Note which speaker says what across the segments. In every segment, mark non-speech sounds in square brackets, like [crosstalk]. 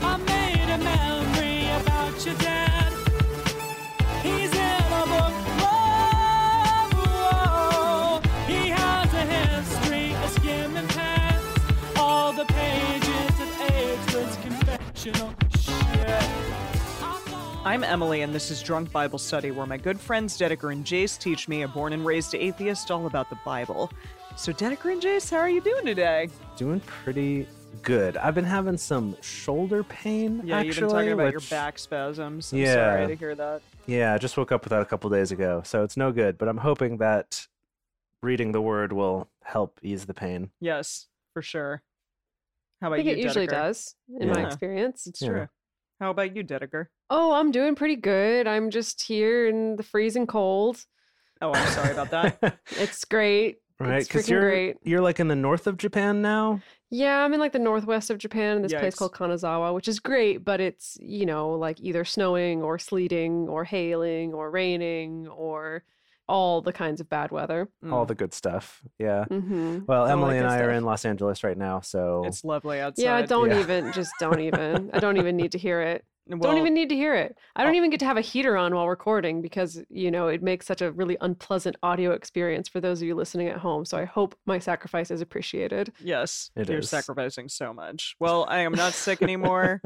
Speaker 1: I made a memory about your dad. He's in a book club. Whoa. He has a history of skimming past all the pages of Edward's confessional shit.
Speaker 2: I'm Emily, and this is Drunk Bible Study, where my good friends Dedeker and Jace teach me, a born and raised atheist, all about the Bible. So, Dedeker and Jace, how are you doing today?
Speaker 3: Doing pretty good. I've been having some shoulder pain.
Speaker 2: Yeah,
Speaker 3: actually,
Speaker 2: you've been talking about your
Speaker 3: which-
Speaker 2: back spasms. I'm
Speaker 3: Yeah.
Speaker 2: sorry to hear that.
Speaker 3: Yeah, I just woke up with that a couple days ago, so it's no good. But I'm hoping that reading the word will help ease
Speaker 2: [laughs]
Speaker 3: the pain.
Speaker 2: Yes, for sure. How about
Speaker 4: I
Speaker 2: you?
Speaker 4: think it usually
Speaker 2: Dedeker?
Speaker 4: does in my
Speaker 3: Yeah.
Speaker 4: experience.
Speaker 2: It's
Speaker 3: Yeah.
Speaker 2: true. How about you, Dedeker?
Speaker 4: Oh, I'm doing pretty good. I'm just here in the freezing cold.
Speaker 2: Oh, I'm sorry about
Speaker 3: [laughs]
Speaker 2: that.
Speaker 3: right?
Speaker 4: It's great. It's freaking
Speaker 3: you're
Speaker 4: great.
Speaker 3: you're like in the north of Japan now.
Speaker 4: Yeah, I'm in like the northwest of Japan in this place
Speaker 2: Yikes.
Speaker 4: called Kanazawa, which is great, but it's, you know, like either snowing or sleeting or hailing or raining or all the kinds of bad weather.
Speaker 3: All
Speaker 2: Mm,
Speaker 3: the good stuff. Yeah.
Speaker 2: Mm-hmm.
Speaker 4: hmm
Speaker 3: Well,
Speaker 4: I don't
Speaker 3: Emily
Speaker 4: like
Speaker 3: and
Speaker 4: that
Speaker 3: I are
Speaker 4: stuff.
Speaker 3: in Los Angeles right now, so
Speaker 2: It's lovely outside.
Speaker 4: Yeah, don't
Speaker 3: Yeah.
Speaker 4: even, just don't even. I don't even need to hear it.
Speaker 2: Well,
Speaker 4: don't even need to hear it. I don't
Speaker 2: Oh.
Speaker 4: even get to have a heater on while recording because, you know, it makes such a really unpleasant audio experience for those of you listening at home. So I hope my sacrifice is appreciated.
Speaker 2: Yes,
Speaker 3: It
Speaker 2: you're
Speaker 3: is.
Speaker 2: sacrificing so much. Well, I am not sick
Speaker 3: [laughs]
Speaker 2: anymore,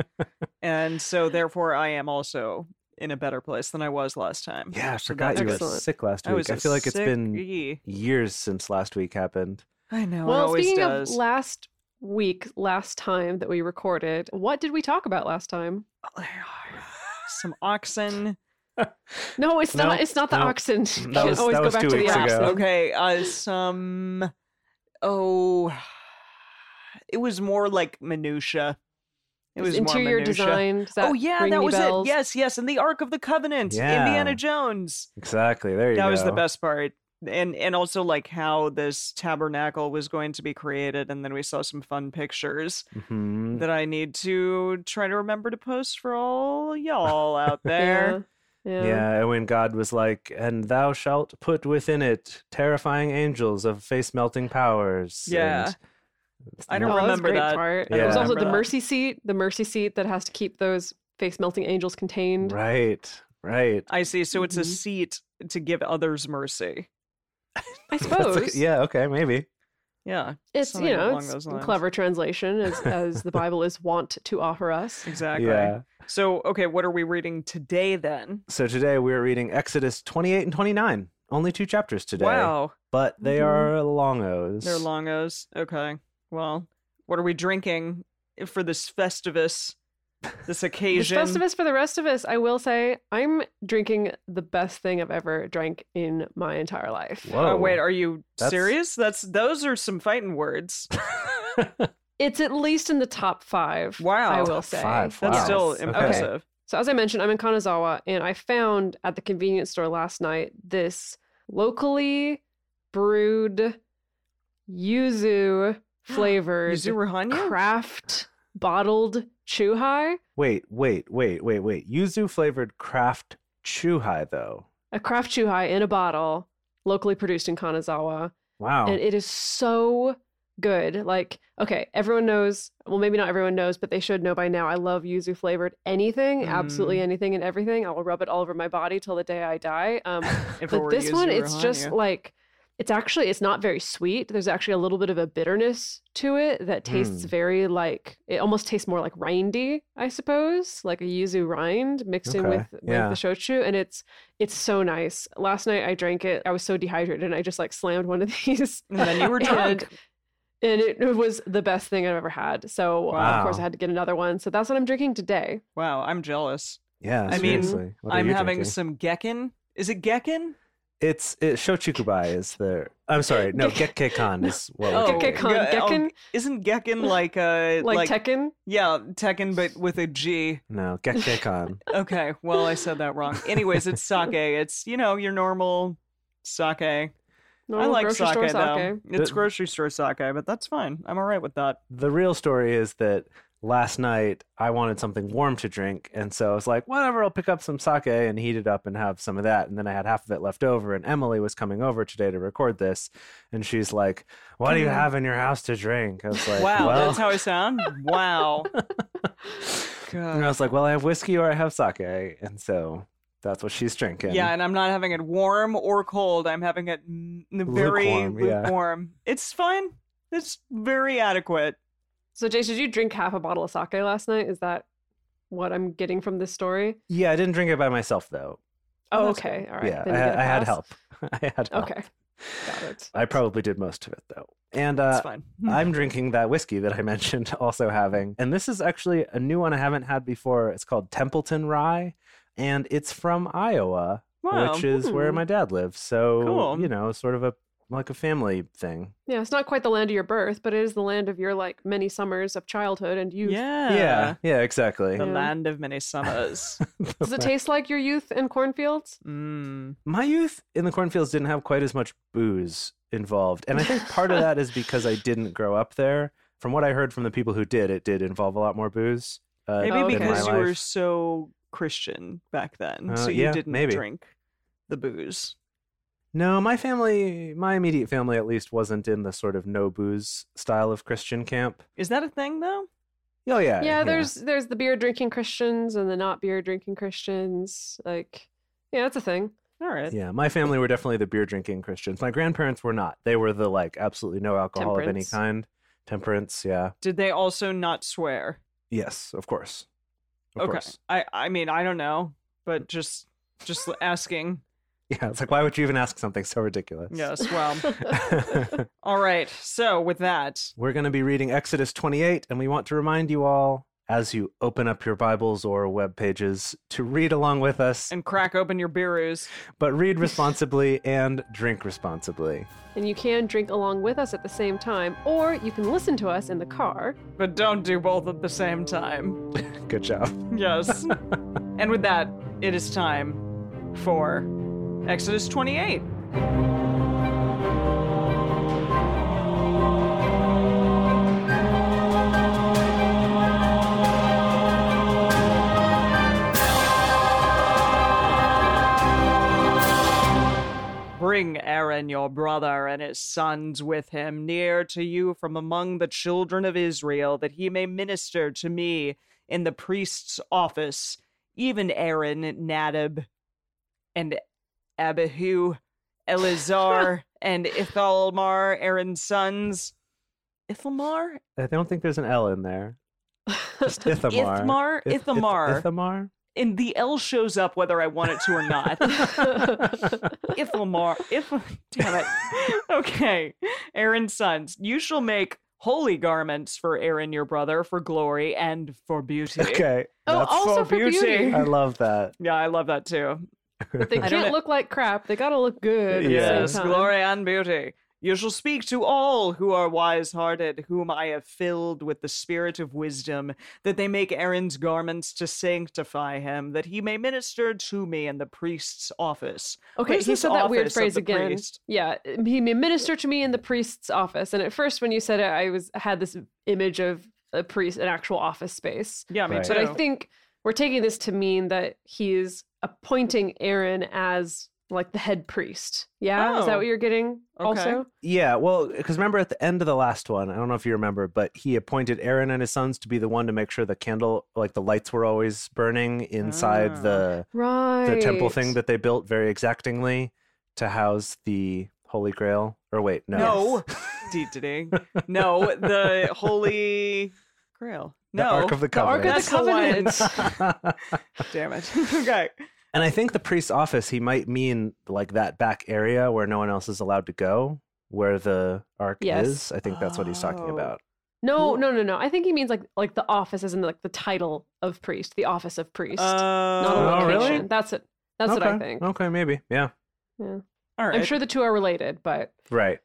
Speaker 2: and so therefore I am also in a better place than I was last time.
Speaker 3: yeah. I
Speaker 2: So
Speaker 3: forgot
Speaker 2: that's
Speaker 3: you were
Speaker 4: Excellent.
Speaker 3: sick last
Speaker 2: I
Speaker 3: week.
Speaker 2: was.
Speaker 3: I,
Speaker 2: a
Speaker 3: feel like it's been
Speaker 2: sickie.
Speaker 3: years since last week happened.
Speaker 2: I know. Oh, it
Speaker 4: well,
Speaker 2: always
Speaker 4: speaking
Speaker 2: does.
Speaker 4: of last week, last time that we recorded, what did we talk about last time?
Speaker 2: some oxen.
Speaker 4: No, it's
Speaker 3: No,
Speaker 4: not. It's not the
Speaker 3: no.
Speaker 4: oxen. [laughs] You
Speaker 3: That
Speaker 4: can
Speaker 3: was,
Speaker 4: always
Speaker 3: that
Speaker 4: go
Speaker 3: was
Speaker 4: back
Speaker 3: two
Speaker 4: to the
Speaker 3: weeks
Speaker 4: oxen.
Speaker 3: ago.
Speaker 2: Okay. Uh, some. Oh, it was more like minutia. It was more
Speaker 4: interior
Speaker 2: minutia.
Speaker 4: design. Does that
Speaker 2: oh yeah,
Speaker 4: ring
Speaker 2: that
Speaker 4: any
Speaker 2: was
Speaker 4: bells?
Speaker 2: it. Yes, yes, and the Ark of the Covenant, Indiana
Speaker 3: Yeah.
Speaker 2: Jones.
Speaker 3: Exactly. There you
Speaker 2: that
Speaker 3: go.
Speaker 2: was the best part and and also like how this tabernacle was going to be created and then we saw some fun pictures
Speaker 3: Mhm.
Speaker 2: that i need to try to remember to post for all y'all
Speaker 3: [laughs]
Speaker 2: out there
Speaker 4: Yeah. Yeah.
Speaker 3: Yeah, and when God was like, "And thou shalt put within it terrifying angels of face melting powers."
Speaker 2: Yeah.
Speaker 3: and-
Speaker 2: I don't
Speaker 4: Oh,
Speaker 3: Well,
Speaker 4: that was
Speaker 2: remember
Speaker 4: a great
Speaker 2: that.
Speaker 4: Part.
Speaker 3: I don't
Speaker 4: There's also
Speaker 2: remember
Speaker 4: the
Speaker 2: that.
Speaker 4: mercy seat. The mercy seat that has to keep those face melting angels contained.
Speaker 3: Right, right.
Speaker 2: i see so it's a
Speaker 4: Mhm.
Speaker 3: Mm-hmm.
Speaker 2: seat to give others mercy [laughs]
Speaker 4: I
Speaker 3: That's
Speaker 4: suppose.
Speaker 3: a- yeah. Okay. Maybe.
Speaker 2: yeah
Speaker 4: It's
Speaker 2: something
Speaker 4: you know
Speaker 2: along
Speaker 4: it's
Speaker 2: those lines.
Speaker 4: clever translation
Speaker 2: [laughs]
Speaker 4: as as the Bible is wont to offer us.
Speaker 2: exactly
Speaker 3: Yeah.
Speaker 2: so okay what are we reading today then
Speaker 3: So today we're reading Exodus 28 and 29. Only two chapters today.
Speaker 2: wow Mm-hmm.
Speaker 3: But they
Speaker 4: Mhm.
Speaker 3: are long O's.
Speaker 2: they're longos okay well what are we drinking for this festivus
Speaker 3: [laughs]
Speaker 2: this
Speaker 4: This
Speaker 2: occasion
Speaker 4: Festivus for the rest of us, I will say, I'm drinking the best thing I've ever drank in my entire life.
Speaker 3: Whoa.
Speaker 2: Oh wait, [laughs] are you
Speaker 3: That's-
Speaker 2: serious? That's those are some fighting
Speaker 3: [laughs]
Speaker 2: words.
Speaker 4: It's at least in the top five.
Speaker 2: Wow.
Speaker 4: I will
Speaker 3: Top
Speaker 4: say
Speaker 3: five,
Speaker 2: That's
Speaker 3: Wow.
Speaker 2: still
Speaker 3: Okay.
Speaker 2: impressive.
Speaker 4: So as I mentioned, I'm in Kanazawa, and I found at the convenience store last night this locally brewed
Speaker 2: [gasps]
Speaker 4: yuzu flavored
Speaker 2: Yuzuruhanya?
Speaker 4: craft bottled chuhai,
Speaker 3: [laughs] wait, wait, wait, wait, wait. Yuzu flavored craft chuhai though.
Speaker 4: a craft chuhai in a bottle, locally produced in Kanazawa,
Speaker 3: Wow.
Speaker 4: and it is so good. Like, okay, everyone knows. Well, maybe not everyone knows, but they should know by now. I love yuzu flavored anything, absolutely anything and everything. I will rub it all over my body till the day I die. Um,
Speaker 2: If it
Speaker 4: but
Speaker 2: were
Speaker 4: this one it's just
Speaker 2: Yuzuruhanya.
Speaker 4: like it's actually it's not very sweet there's actually a little bit of a bitterness to it that tastes
Speaker 3: Hmm. very
Speaker 4: very like it almost tastes more like rindy i suppose like a yuzu rind mixed in
Speaker 3: Okay,
Speaker 4: with,
Speaker 3: yeah.
Speaker 4: with the shochu and it's it's so nice last night i drank it i was so dehydrated and i just like slammed one of [laughs] these
Speaker 2: and then you were drunk.
Speaker 4: and, and it, it was the best thing i've ever had so uh, of course
Speaker 3: Wow.
Speaker 4: i had to get another one so that's what i'm drinking today
Speaker 2: wow, I'm jealous.
Speaker 3: yeah.
Speaker 2: I mean,
Speaker 3: seriously. What are
Speaker 2: I'm
Speaker 3: you
Speaker 2: having
Speaker 3: drinking?
Speaker 2: some Gekken. Is it Gekken?
Speaker 3: It's it, Shochikubai is the. I'm sorry, no, Gekkekan is what.
Speaker 2: Oh,
Speaker 3: we're
Speaker 4: Gekkei
Speaker 3: thinking.
Speaker 4: Gekkekan. Khan,
Speaker 2: yeah, oh,
Speaker 4: Gekken?
Speaker 2: isn't Gekken like a
Speaker 4: [laughs] Like, Tekken?
Speaker 2: Yeah, Tekken, but with a G.
Speaker 3: No, Gekkekan.
Speaker 2: Okay, well, I said that wrong. Anyways, it's sake. It's you know your normal sake. I
Speaker 4: Normal
Speaker 2: like
Speaker 4: grocery
Speaker 2: sake,
Speaker 4: store
Speaker 2: though. It's
Speaker 3: The-
Speaker 2: grocery store sake, but that's fine. I'm all right with that.
Speaker 3: the real story is that last night I wanted something warm to drink, and so I was like, whatever, I'll pick up some sake and heat it up and have some of that. And then I had half of it left over, and Emily was coming over today to record this, and she's like, "What do you have in your house to drink?" I was like,
Speaker 2: Wow,
Speaker 3: well.
Speaker 2: [laughs] that's how I
Speaker 3: [laughs]
Speaker 2: sound. Wow.
Speaker 3: and I
Speaker 2: God.
Speaker 3: was like, "Well, I have whiskey or I have sake," and so that's what she's drinking.
Speaker 2: Yeah, and I'm not having it warm or cold. I'm having it n- very lukewarm.
Speaker 3: Lukewarm, yeah.
Speaker 2: It's fine. It's very adequate.
Speaker 4: So, Jace, did you drink half a bottle of sake last night? Is that what I'm getting from this story?
Speaker 3: yeah, I didn't drink it by myself though.
Speaker 4: Oh,
Speaker 2: that's-
Speaker 4: okay. All right.
Speaker 3: yeah,
Speaker 4: then
Speaker 3: I
Speaker 4: you
Speaker 3: had,
Speaker 4: get a
Speaker 3: I had
Speaker 4: pass.
Speaker 3: help. [laughs] I had help.
Speaker 4: Okay.
Speaker 3: [laughs]
Speaker 4: Got it.
Speaker 3: I probably did most of it though, and
Speaker 2: It's
Speaker 3: uh,
Speaker 2: fine. Hmm.
Speaker 3: I'm drinking that whiskey that I [laughs] mentioned, also having. And this is actually a new one I haven't had before. It's called Templeton Rye, and it's from Iowa,
Speaker 2: Wow.
Speaker 3: which is where
Speaker 4: hmm.
Speaker 3: my dad lives. So,
Speaker 2: Cool.
Speaker 3: you know, sort of a like a family thing.
Speaker 4: Yeah, it's not quite the land of your birth, but it is the land of your like many summers of childhood and youth.
Speaker 2: yeah.
Speaker 3: yeah, yeah, exactly.
Speaker 2: The
Speaker 4: Yeah.
Speaker 2: land of many
Speaker 3: [laughs]
Speaker 2: summers.
Speaker 4: Does it taste like your youth and cornfields?
Speaker 2: mm.
Speaker 3: my youth in the cornfields didn't have quite as much booze involved. And I think part
Speaker 2: [laughs]
Speaker 3: of that is because I didn't grow up there. From what I heard from the people who did, it did involve a lot more booze. Uh,
Speaker 2: Maybe
Speaker 4: Oh, okay.
Speaker 3: in my
Speaker 2: because you were
Speaker 3: life.
Speaker 2: so Christian back then,
Speaker 3: Uh,
Speaker 2: so you
Speaker 3: yeah,
Speaker 2: didn't
Speaker 3: maybe.
Speaker 2: drink the booze.
Speaker 3: No, my family, my immediate family at least, wasn't in the sort of no booze style of Christian camp.
Speaker 2: Is that a thing though?
Speaker 3: Oh yeah,
Speaker 4: Yeah, there's there's the beer drinking Christians and the not beer drinking Christians. Like, yeah, that's a thing. [laughs]
Speaker 2: All right.
Speaker 3: yeah. My family were definitely the beer drinking Christians. My grandparents were not. They were the like absolutely no alcohol of any
Speaker 4: Temperance.
Speaker 3: kind. Temperance, yeah,
Speaker 2: Did they also not swear?
Speaker 3: yes, of course, of
Speaker 2: okay.
Speaker 3: course. [laughs]
Speaker 2: I I mean I don't know, but just just asking.
Speaker 3: Yeah, it's like why would you even ask something so ridiculous?
Speaker 2: Yes. [laughs] Well.
Speaker 3: Yes.
Speaker 2: All right. So with that,
Speaker 3: [laughs] We're going to be reading Exodus 28, and we want to remind you all, as you open up your Bibles or web pages, to read along with us,
Speaker 2: and crack open your beerus.
Speaker 3: but read responsibly and drink responsibly.
Speaker 4: And you can drink along with us at the same time, or you can listen to us in the car.
Speaker 2: But don't do both at the same time.
Speaker 3: Good job.
Speaker 2: Yes. and with that, it is time for Exodus 28. Bring Aaron your brother and his sons with him near to you from among the children of Israel, that he may minister to me in the priest's office, even Aaron, Nadab, and Abihu, Eleazar, and Ithamar, Aaron's sons. Ithamar?
Speaker 3: I don't think there's an L in there. Just Ithamar.
Speaker 2: Ithamar?
Speaker 3: Ith- Ith-
Speaker 2: Ithamar.
Speaker 3: Ithamar?
Speaker 2: And the L shows up whether I want it to or
Speaker 3: [laughs]
Speaker 2: not. Ithamar, if damn it. Okay, Aaron's sons, you shall make holy garments for Aaron your brother for glory and for beauty.
Speaker 3: Okay.
Speaker 4: Oh,
Speaker 3: that's-
Speaker 4: also
Speaker 2: for
Speaker 4: for beauty.
Speaker 2: beauty.
Speaker 3: [laughs] I love that.
Speaker 2: Yeah, I love that too.
Speaker 4: But they
Speaker 2: I don't
Speaker 4: can't
Speaker 2: know.
Speaker 4: look like crap. They gotta look good. at the same
Speaker 2: Yes,
Speaker 4: time.
Speaker 2: glory and beauty. You shall speak to all who are wise hearted, whom I have filled with the spirit of wisdom, that they make Aaron's garments to sanctify him, that he may minister to me in the priest's office.
Speaker 4: Okay,
Speaker 2: Where's
Speaker 4: he
Speaker 2: this
Speaker 4: said that
Speaker 2: office
Speaker 4: weird
Speaker 2: of
Speaker 4: phrase
Speaker 2: the
Speaker 4: again.
Speaker 2: priest?
Speaker 4: Yeah, he may minister to me in the priest's office. And at first, when you said it, I was had this image of a priest, an actual office space.
Speaker 2: Yeah, me
Speaker 3: Right.
Speaker 2: too.
Speaker 4: But I think we're taking this to mean that he's appointing Aaron as like the head priest. Yeah, is
Speaker 2: Oh.
Speaker 4: that what you're getting?
Speaker 2: Okay.
Speaker 4: Also,
Speaker 3: Yeah, well, because remember at the end of the last one, I don't know if you remember, but he appointed Aaron and his sons to be the one to make sure the candle, like the lights were always burning inside
Speaker 2: Ah.
Speaker 3: the
Speaker 4: right?
Speaker 3: the temple thing that they built very exactingly to house the Holy Grail. Or wait, no.
Speaker 2: No. Dee-dee-dee.
Speaker 3: [laughs]
Speaker 2: no, the Holy Grail.
Speaker 3: The
Speaker 2: No.
Speaker 3: Ark of the
Speaker 4: the Ark
Speaker 3: Covenant.
Speaker 4: of
Speaker 2: That's
Speaker 4: the
Speaker 2: the one.
Speaker 3: [laughs]
Speaker 4: Covenant.
Speaker 2: Damn it. [laughs] okay.
Speaker 3: and I think the priest's office, he might mean like that back area where no one else is allowed to go, where the ark
Speaker 4: Yes.
Speaker 3: is. I think that's what he's talking
Speaker 2: Oh.
Speaker 3: about.
Speaker 4: no,
Speaker 2: Cool.
Speaker 4: no, no, no. I think he means like like the office, as in like the title of priest, the office of priest,
Speaker 2: Uh,
Speaker 4: not a
Speaker 3: Oh, really?
Speaker 4: location. That's it. That's
Speaker 3: okay.
Speaker 4: what I think.
Speaker 3: Okay, maybe. Yeah.
Speaker 2: All right.
Speaker 4: I'm sure the two are related, but
Speaker 3: Right.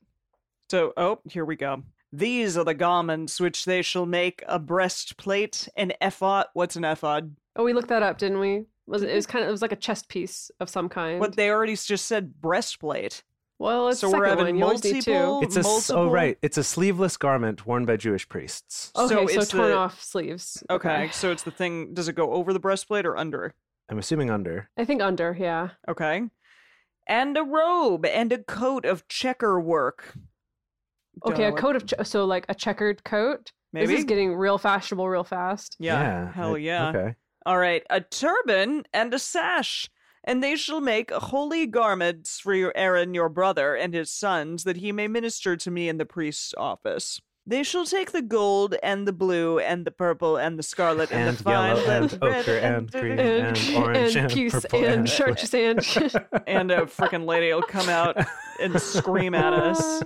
Speaker 2: So, oh, here we go. These are the garments which they shall make a breastplate, an ephod. What's an ephod?
Speaker 4: oh, we looked that up, didn't we? Was it, it was kind of it was like a chest piece of some kind.
Speaker 2: Mm-hmm. What they already s- just said breastplate.
Speaker 4: well, it's
Speaker 2: so
Speaker 4: the
Speaker 2: we're
Speaker 4: second
Speaker 2: having
Speaker 4: one. You always need two.
Speaker 2: multiple-
Speaker 3: It's a s-
Speaker 2: multiple-
Speaker 3: oh right. It's a sleeveless garment worn by Jewish priests.
Speaker 2: Oh.
Speaker 4: Okay,
Speaker 2: So
Speaker 4: so,
Speaker 2: it's
Speaker 4: torn
Speaker 2: the-
Speaker 4: off sleeves.
Speaker 2: Okay, so it's the thing. Does it go over the breastplate or under?
Speaker 3: I'm assuming under.
Speaker 4: I think under, yeah.
Speaker 2: Okay. And a robe and a coat of checker work. Don't
Speaker 4: Okay,
Speaker 2: know
Speaker 4: a
Speaker 2: what-
Speaker 4: coat of ch- so like a checkered coat.
Speaker 2: Maybe.
Speaker 4: This is getting real fashionable real fast.
Speaker 2: yeah,
Speaker 3: I-
Speaker 2: Hell yeah.
Speaker 3: Okay.
Speaker 2: All right. A turban and a sash. And they shall make holy garments for your Aaron, your brother, and his sons, that he may minister to me in the priest's office. They shall take the gold and the blue and the purple and the scarlet and,
Speaker 3: And
Speaker 2: the fine
Speaker 3: yellow and
Speaker 2: and red
Speaker 3: ochre and green
Speaker 4: And
Speaker 3: and
Speaker 4: [laughs]
Speaker 3: orange
Speaker 4: and
Speaker 3: and
Speaker 4: puce
Speaker 3: purple
Speaker 4: and
Speaker 3: and
Speaker 4: chartreuse and
Speaker 2: [laughs] And a freaking lady will come out and scream at us.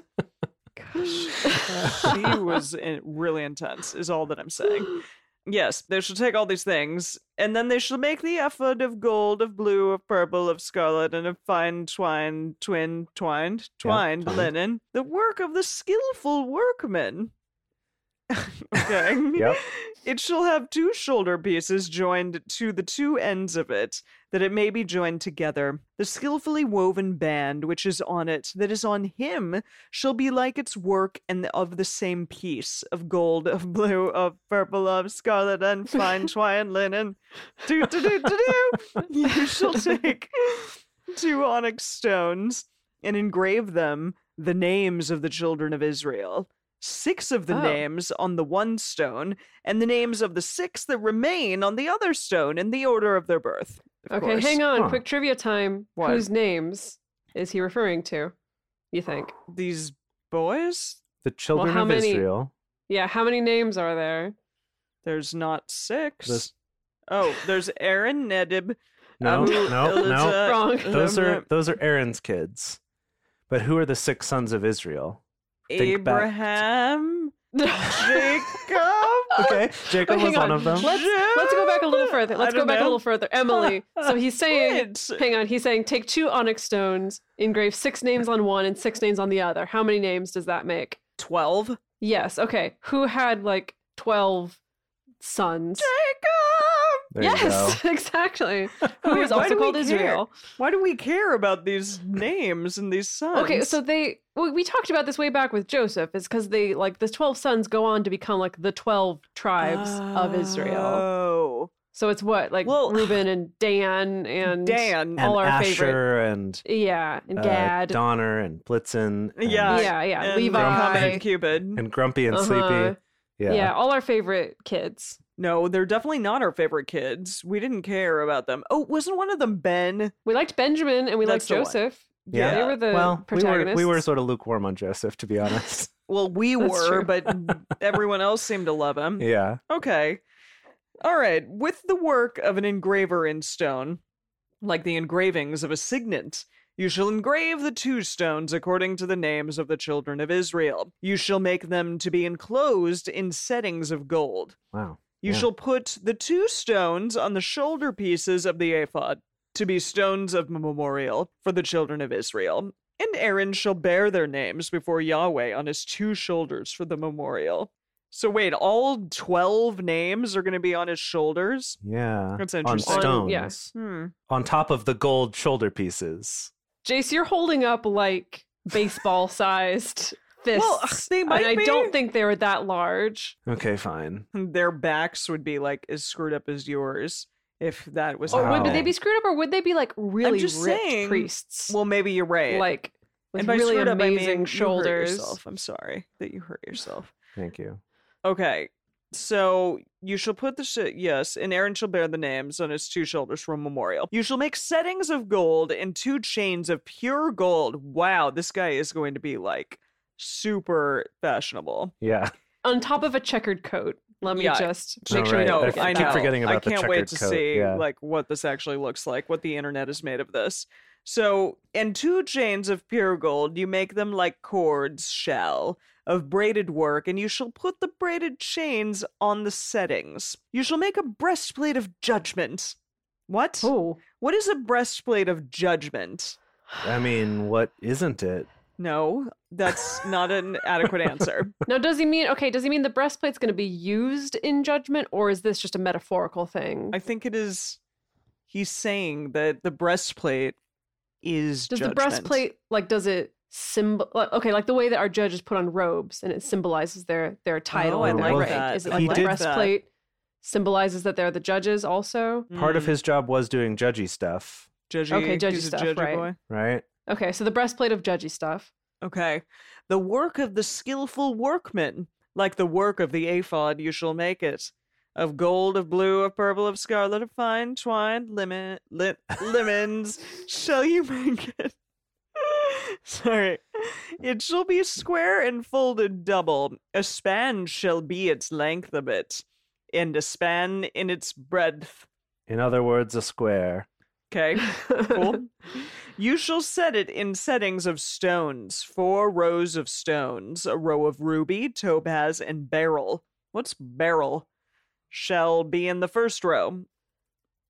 Speaker 4: [laughs]
Speaker 2: she was in, really intense, is all that I'm saying. Yes, they shall take all these things, and then they shall make the ephod of gold, of blue, of purple, of scarlet, and of fine twine, twin, twined, twined
Speaker 3: twined.
Speaker 2: linen, the work of the skillful workman. [laughs] okay.
Speaker 3: Yep.
Speaker 2: It shall have two shoulder pieces joined to the two ends of it, that it may be joined together. The skillfully woven band which is on it, that is on him, shall be like its work and of the same piece of gold, of blue, of purple, of scarlet, and
Speaker 4: [laughs]
Speaker 2: fine twine linen. Do, do, do, do, do. You shall take two onyx stones and engrave them the names of the children of Israel. Six of the
Speaker 4: Oh.
Speaker 2: names on the one stone, and the names of the six that remain on the other stone in the order of their birth. of
Speaker 4: [laughs] Okay,
Speaker 2: course.
Speaker 4: hang on.
Speaker 3: Huh.
Speaker 4: Quick trivia time.
Speaker 2: What?
Speaker 4: Whose names is he referring to? You think?
Speaker 2: These boys?
Speaker 3: The children
Speaker 4: how
Speaker 3: of
Speaker 4: many-
Speaker 3: Israel.
Speaker 4: Yeah, how many names are there?
Speaker 2: There's not six.
Speaker 3: This-
Speaker 2: Oh, there's Aaron Nedib.
Speaker 3: No,
Speaker 2: Abu
Speaker 3: no, no.
Speaker 2: Elazar-
Speaker 4: Wrong. [laughs]
Speaker 3: Those are
Speaker 2: Abra-
Speaker 3: those are Aaron's kids. But who are the six sons of Israel? think back.
Speaker 2: [laughs] Abraham,
Speaker 4: Let's
Speaker 2: Jacob.
Speaker 3: Okay, Jacob
Speaker 4: Uh, hang
Speaker 3: was one
Speaker 4: on.
Speaker 3: of them.
Speaker 2: Let's,
Speaker 4: go back a little further. Let's go back a little further.
Speaker 2: [laughs]
Speaker 4: Emily. So he's saying,
Speaker 2: Kids.
Speaker 4: hang on, he's saying take two onyx stones, engrave six names on one and six names on the other. How many names does that make?
Speaker 2: 12. Jacob!
Speaker 4: Yes, okay. Who had like 12 sons?
Speaker 3: There you
Speaker 4: yes, [laughs] exactly. Who
Speaker 2: Oh, Wait,
Speaker 4: is
Speaker 2: why do
Speaker 4: also
Speaker 2: we
Speaker 4: called
Speaker 2: care?
Speaker 4: Israel.
Speaker 2: Why do we care about these names and these sons?
Speaker 4: Okay, so they well, we talked about this way back with Joseph is because they like the twelve sons go on to become like the twelve tribes of Israel.
Speaker 2: Oh.
Speaker 4: So it's what like
Speaker 2: Well- [laughs]
Speaker 4: Reuben and Dan and
Speaker 2: Dan.
Speaker 3: And
Speaker 4: all our
Speaker 3: Asher
Speaker 4: favorite.
Speaker 3: and
Speaker 4: Yeah, and
Speaker 3: uh,
Speaker 4: Gad.
Speaker 3: Donner and Blitzen. and-
Speaker 2: Yeah.
Speaker 4: yeah, yeah,
Speaker 2: and
Speaker 4: Levi.
Speaker 2: Comet and Cupid.
Speaker 3: and Grumpy and
Speaker 4: Uh-huh.
Speaker 3: Sleepy.
Speaker 4: yeah.
Speaker 3: Yeah.
Speaker 4: all our favorite kids.
Speaker 2: No, they're definitely not our favorite kids. We didn't care about them. Oh, wasn't one of them Ben?
Speaker 4: We liked Benjamin and we
Speaker 2: That's the one.
Speaker 4: liked Joseph.
Speaker 3: Yeah.
Speaker 4: They were the
Speaker 3: well, we were
Speaker 4: protagonists.
Speaker 3: we were sort of lukewarm on Joseph, to be
Speaker 4: [laughs]
Speaker 3: honest.
Speaker 2: Well, we
Speaker 4: That's
Speaker 2: were,
Speaker 4: true.
Speaker 2: but
Speaker 4: [laughs]
Speaker 2: everyone else seemed to love him.
Speaker 3: yeah.
Speaker 2: Okay. All right. With the work of an engraver in stone, like the engravings of a signet, you shall engrave the two stones according to the names of the children of Israel. You shall make them to be enclosed in settings of gold.
Speaker 3: Wow.
Speaker 2: You
Speaker 3: Yeah.
Speaker 2: shall put the two stones on the shoulder pieces of the ephod, to be stones of memorial for the children of Israel. And Aaron shall bear their names before Yahweh on his two shoulders for the memorial. So, wait, all 12 names are going to be on his shoulders?
Speaker 3: Yeah.
Speaker 2: That's
Speaker 3: On
Speaker 2: interesting.
Speaker 3: stones.
Speaker 4: On- yeah.
Speaker 2: Hmm.
Speaker 3: on top of the gold shoulder pieces.
Speaker 4: Jace, you're holding up like baseball sized fists.
Speaker 2: [laughs] Well, they might
Speaker 4: and I
Speaker 2: be.
Speaker 4: don't think they were that large.
Speaker 3: Okay, fine.
Speaker 2: [laughs] Their backs would be like as screwed up as yours if that was
Speaker 4: Or would
Speaker 3: Wow.
Speaker 4: would they be screwed up, or would they be like really
Speaker 2: Oh. just
Speaker 4: ripped
Speaker 2: saying-
Speaker 4: priests?
Speaker 2: Well, maybe you're right.
Speaker 4: like with
Speaker 2: and by
Speaker 4: really
Speaker 2: screwed up, I mean
Speaker 4: amazing
Speaker 2: you hurt
Speaker 4: shoulders.
Speaker 2: yourself. I'm sorry that you hurt yourself.
Speaker 3: Thank you.
Speaker 2: Okay. So you shall put the shi yes, and Aaron shall bear the names on his two shoulders for a memorial. You shall make settings of gold and two chains of pure gold. Wow, this guy is going to be like super fashionable.
Speaker 3: Yeah.
Speaker 4: On top of a checkered coat. Let me
Speaker 2: Yeah.
Speaker 4: just
Speaker 3: Oh,
Speaker 4: make sure we
Speaker 3: right.
Speaker 2: no,
Speaker 4: don't
Speaker 3: I
Speaker 4: forget
Speaker 2: I
Speaker 3: keep
Speaker 2: know.
Speaker 4: that.
Speaker 3: forgetting
Speaker 2: I
Speaker 3: about the
Speaker 2: can't wait to
Speaker 3: checkered coat,
Speaker 2: see
Speaker 3: yeah.
Speaker 2: like what this actually looks like, what the internet has made of this. So, and two chains of pure gold, you make them like cords shall of braided work, and you shall put the braided chains on the settings. You shall make a breastplate of judgment. What?
Speaker 4: Oh,
Speaker 2: What is a breastplate of judgment?
Speaker 3: I mean, what isn't it?
Speaker 2: No,
Speaker 3: [laughs]
Speaker 2: that's not an adequate answer.
Speaker 4: Now, does he mean okay? Does he mean the breastplate's going to be used in judgment, or is this just a metaphorical thing?
Speaker 2: I think it is. He's saying that the breastplate is
Speaker 4: does
Speaker 2: judgment.
Speaker 4: the breastplate like does it symbol? like, Okay, like the way that our judges put on robes and it symbolizes their their title
Speaker 2: Oh, I
Speaker 4: and their
Speaker 3: like
Speaker 4: rank.
Speaker 2: that.
Speaker 4: Is it
Speaker 2: I
Speaker 4: like
Speaker 3: like
Speaker 4: the
Speaker 3: that.
Speaker 4: breastplate symbolizes that they're the judges also?
Speaker 3: Part of
Speaker 2: Mm,
Speaker 3: his job was doing judgy stuff,
Speaker 2: judgy,
Speaker 4: okay, judgy
Speaker 2: he's a
Speaker 4: stuff,
Speaker 2: judgy
Speaker 4: right.
Speaker 2: boy.
Speaker 3: right?
Speaker 2: Mm-hmm.
Speaker 4: Okay, so the breastplate of judgy stuff.
Speaker 2: Okay, the work of the skillful workman, like the work of the aphod, you shall make it. Of gold, of blue, of purple, of scarlet, of fine twined lemon, li-
Speaker 4: [laughs]
Speaker 2: lemons, shall you make it? [laughs] Sorry. It shall be square and folded double. A span shall be its length of it, and a span in its breadth.
Speaker 3: In other words, a square.
Speaker 2: Okay,
Speaker 4: [laughs]
Speaker 2: cool. you shall set it in settings of stones, four rows of stones, a row of ruby, topaz, and beryl. What's beryl? Shall be in the first row.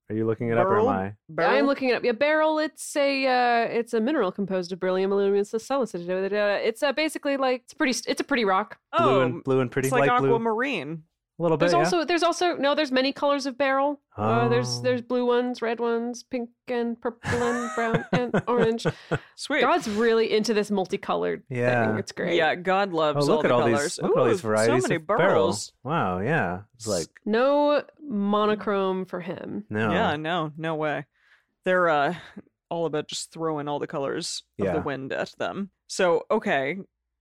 Speaker 3: Are you looking it up or
Speaker 2: Beryl?
Speaker 3: am I?
Speaker 2: Beryl?
Speaker 4: I'm looking it up. Yeah, beryl. It's a uh, it's a mineral composed of beryllium, aluminum, silica. da, da, da, da. It's uh, basically like it's pretty. It's a pretty rock.
Speaker 3: Blue
Speaker 2: oh,
Speaker 3: and blue and pretty
Speaker 2: it's like
Speaker 3: light blue.
Speaker 2: aquamarine.
Speaker 3: A little bit.
Speaker 4: There's
Speaker 3: yeah?
Speaker 4: also there's also no there's many colors of barrel. Uh, there's
Speaker 2: Um,
Speaker 3: Oh.
Speaker 4: there's blue ones, red ones, pink and purple and
Speaker 2: [laughs]
Speaker 4: brown and orange.
Speaker 2: Sweet.
Speaker 4: God's really into this multicolored
Speaker 3: Oh. Yeah.
Speaker 4: thing. It's great.
Speaker 2: Yeah, God
Speaker 3: Oh,
Speaker 2: loves
Speaker 3: look
Speaker 2: all
Speaker 3: at
Speaker 2: the
Speaker 3: all
Speaker 2: colors.
Speaker 3: these! Look at all
Speaker 2: Ooh,
Speaker 3: these varieties
Speaker 2: so many
Speaker 3: of
Speaker 2: beryls.
Speaker 3: barrels. Wow, yeah, it's like
Speaker 4: No monochrome for him. [laughs]
Speaker 3: no,
Speaker 2: Yeah, no, no way. They're uh all about just throwing all the colors of
Speaker 3: Yeah.
Speaker 2: the wind at them. So, okay,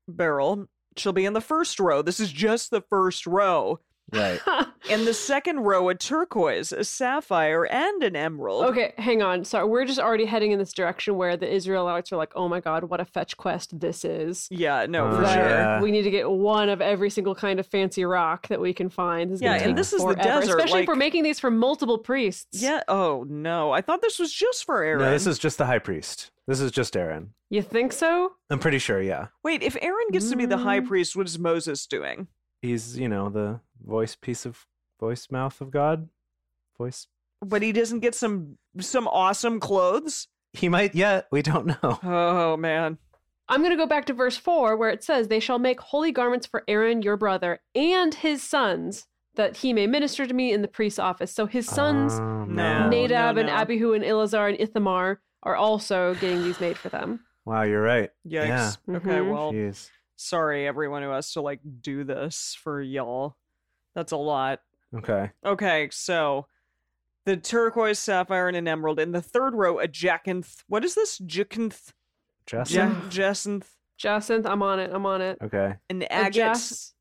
Speaker 2: Beryl, she'll be in the first row. This is just the first row.
Speaker 3: right.
Speaker 2: In the second row, a turquoise, a sapphire, and an emerald.
Speaker 4: okay, hang on. Sorry, we're just already heading in this direction where the Israelites are like, "Oh my God, what a fetch quest this is."
Speaker 2: Yeah, no,
Speaker 3: Oh,
Speaker 2: for
Speaker 4: That
Speaker 2: sure.
Speaker 3: yeah.
Speaker 4: We need to get one of every single kind of fancy rock that we can find. This is
Speaker 2: Yeah,
Speaker 4: gonna
Speaker 3: and
Speaker 4: take
Speaker 2: this is the
Speaker 4: forever,
Speaker 2: desert,
Speaker 4: especially if we're
Speaker 2: like-
Speaker 4: making these for multiple priests.
Speaker 2: Yeah. Oh no, I thought this was just for Aaron.
Speaker 3: No, this is just the high priest. This is just Aaron.
Speaker 4: you think so?
Speaker 3: I'm pretty sure. Yeah,
Speaker 2: Wait, if Aaron gets to be the high
Speaker 4: Mm.
Speaker 2: priest, what is Moses doing?
Speaker 3: he's you know the voice piece of voice mouth of God, voice.
Speaker 2: But he doesn't get some some awesome clothes.
Speaker 3: He might yet. We don't [laughs] know.
Speaker 2: Oh man.
Speaker 4: I'm going to go back to verse 4 where it says, They shall make holy garments for Aaron your brother and his sons, that he may minister to me in the priest's office. So his sons,
Speaker 3: Oh,
Speaker 2: No.
Speaker 3: man.
Speaker 2: Nate-
Speaker 4: Nadab
Speaker 2: no,
Speaker 4: and
Speaker 2: no.
Speaker 4: Abihu and Eleazar and Ithamar, are also getting these made for them.
Speaker 3: Wow, you're right.
Speaker 2: Yikes.
Speaker 3: Yeah.
Speaker 2: Okay.
Speaker 4: Mhm.
Speaker 2: Well,
Speaker 3: Jeez.
Speaker 2: sorry everyone who has to like do this for y'all that's a lot
Speaker 3: Okay.
Speaker 2: okay so the turquoise sapphire and an emerald in the third row a jacinth what is this jacinth
Speaker 3: Jess.
Speaker 2: ja- jacinth
Speaker 4: Jacinth, I'm on it. I'm on it.
Speaker 3: Okay.
Speaker 2: an
Speaker 4: A
Speaker 2: agate
Speaker 4: jas-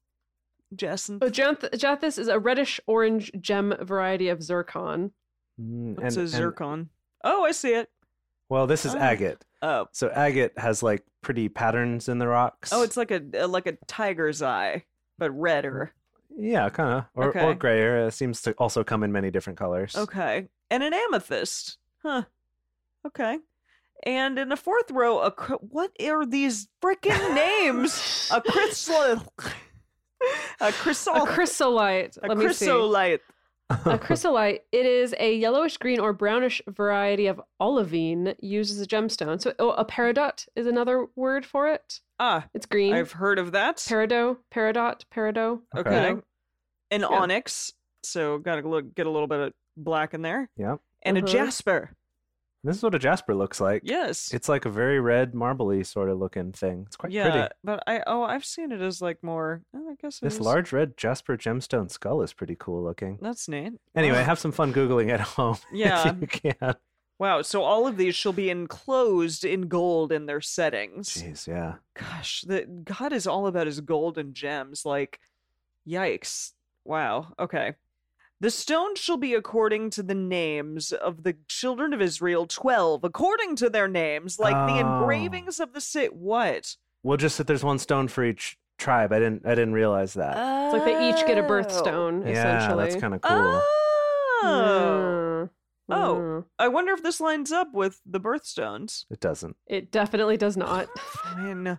Speaker 2: jacinth
Speaker 4: a janth- Jathis is a reddish orange gem variety of zircon.
Speaker 3: Mm,
Speaker 2: what's
Speaker 3: and-
Speaker 2: a
Speaker 3: and-
Speaker 2: zircon oh i see it
Speaker 3: well, this is
Speaker 2: Oh.
Speaker 3: agate.
Speaker 2: oh
Speaker 3: So agate has like pretty patterns in the rocks.
Speaker 2: oh it's like a uh, like a tiger's eye but redder
Speaker 3: yeah, kind of, or
Speaker 2: Okay.
Speaker 3: or grayer. It seems to also come in many different colors. [laughs]
Speaker 2: okay and an amethyst huh okay and in the fourth row a cr- what are these
Speaker 4: [laughs]
Speaker 2: freaking names a chrysolite. [laughs] a
Speaker 4: A
Speaker 2: chrysolite.
Speaker 4: chrysolite.
Speaker 2: A
Speaker 4: Let me see.
Speaker 2: chrysolite.
Speaker 4: A chrysolite, it is a yellowish green or brownish variety of olivine used as a gemstone. So oh, a peridot is another word for it.
Speaker 2: Ah,
Speaker 4: It's green.
Speaker 2: I've heard of that.
Speaker 4: Peridot, peridot, peridot.
Speaker 2: okay.
Speaker 4: Yeah.
Speaker 2: An onyx. So got to look, get a little bit of black in there.
Speaker 3: Yep.
Speaker 2: And
Speaker 4: Uh-huh.
Speaker 2: a jasper.
Speaker 3: This is what a jasper looks like.
Speaker 2: Yes.
Speaker 3: It's like a very red, marbly sort of looking thing. It's quite
Speaker 2: yeah,
Speaker 3: pretty.
Speaker 2: but I oh I've seen it as like more. Oh, I guess it
Speaker 3: This
Speaker 2: is-
Speaker 3: large red jasper gemstone skull is pretty cool looking.
Speaker 2: That's neat.
Speaker 3: [laughs] Anyway, have some fun googling at [laughs] home.
Speaker 2: Yeah.
Speaker 3: if you can.
Speaker 2: Wow. So all of these shall be enclosed in gold in their settings.
Speaker 3: Jeez, yeah.
Speaker 2: Gosh, the God is all about his gold and gems. Like, yikes. Wow. Okay. The stone shall be according to the names of the children of Israel, 12, according to their names, like the
Speaker 3: Oh.
Speaker 2: engravings of the city. What?
Speaker 3: Well, just that there's one stone for each tribe. I didn't. I didn't realize
Speaker 2: Um,
Speaker 3: that.
Speaker 4: It's like they each get a birthstone,
Speaker 3: yeah,
Speaker 4: essentially.
Speaker 3: that's kind of Oh. cool.
Speaker 2: Ah! Oh.
Speaker 4: Mm,
Speaker 2: Oh.
Speaker 4: mm.
Speaker 2: I wonder if this lines up with the birthstones.
Speaker 3: It doesn't. [laughs]
Speaker 4: It definitely
Speaker 2: [laughs]
Speaker 4: does not.
Speaker 2: Fine.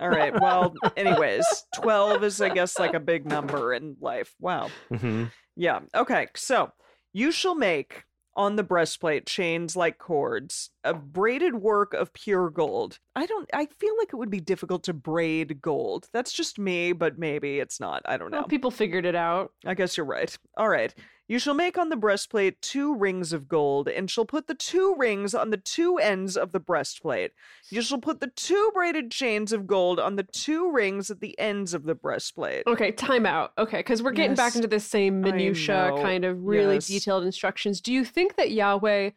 Speaker 2: All right. Well, anyways, 12 is, I guess, like a big number in life. Wow.
Speaker 3: Mhm.
Speaker 2: Yeah. Okay. So you shall make on the breastplate chains like cords, a braided work of pure gold. I don't I feel like it would be difficult to braid gold. That's just me, but maybe it's not. I don't know.
Speaker 4: Well, people figured it out.
Speaker 2: I guess you're right. All right. You shall make on the breastplate two rings of gold, and shall put the two rings on the two ends of the breastplate. You shall put the two braided chains of gold on the two rings at the ends of the breastplate.
Speaker 4: Okay, timeout. Okay, because we're getting back
Speaker 2: Yes.
Speaker 4: into this same
Speaker 2: I
Speaker 4: minutia
Speaker 2: know.
Speaker 4: kind of really
Speaker 2: Yes.
Speaker 4: detailed instructions. Do you think that Yahweh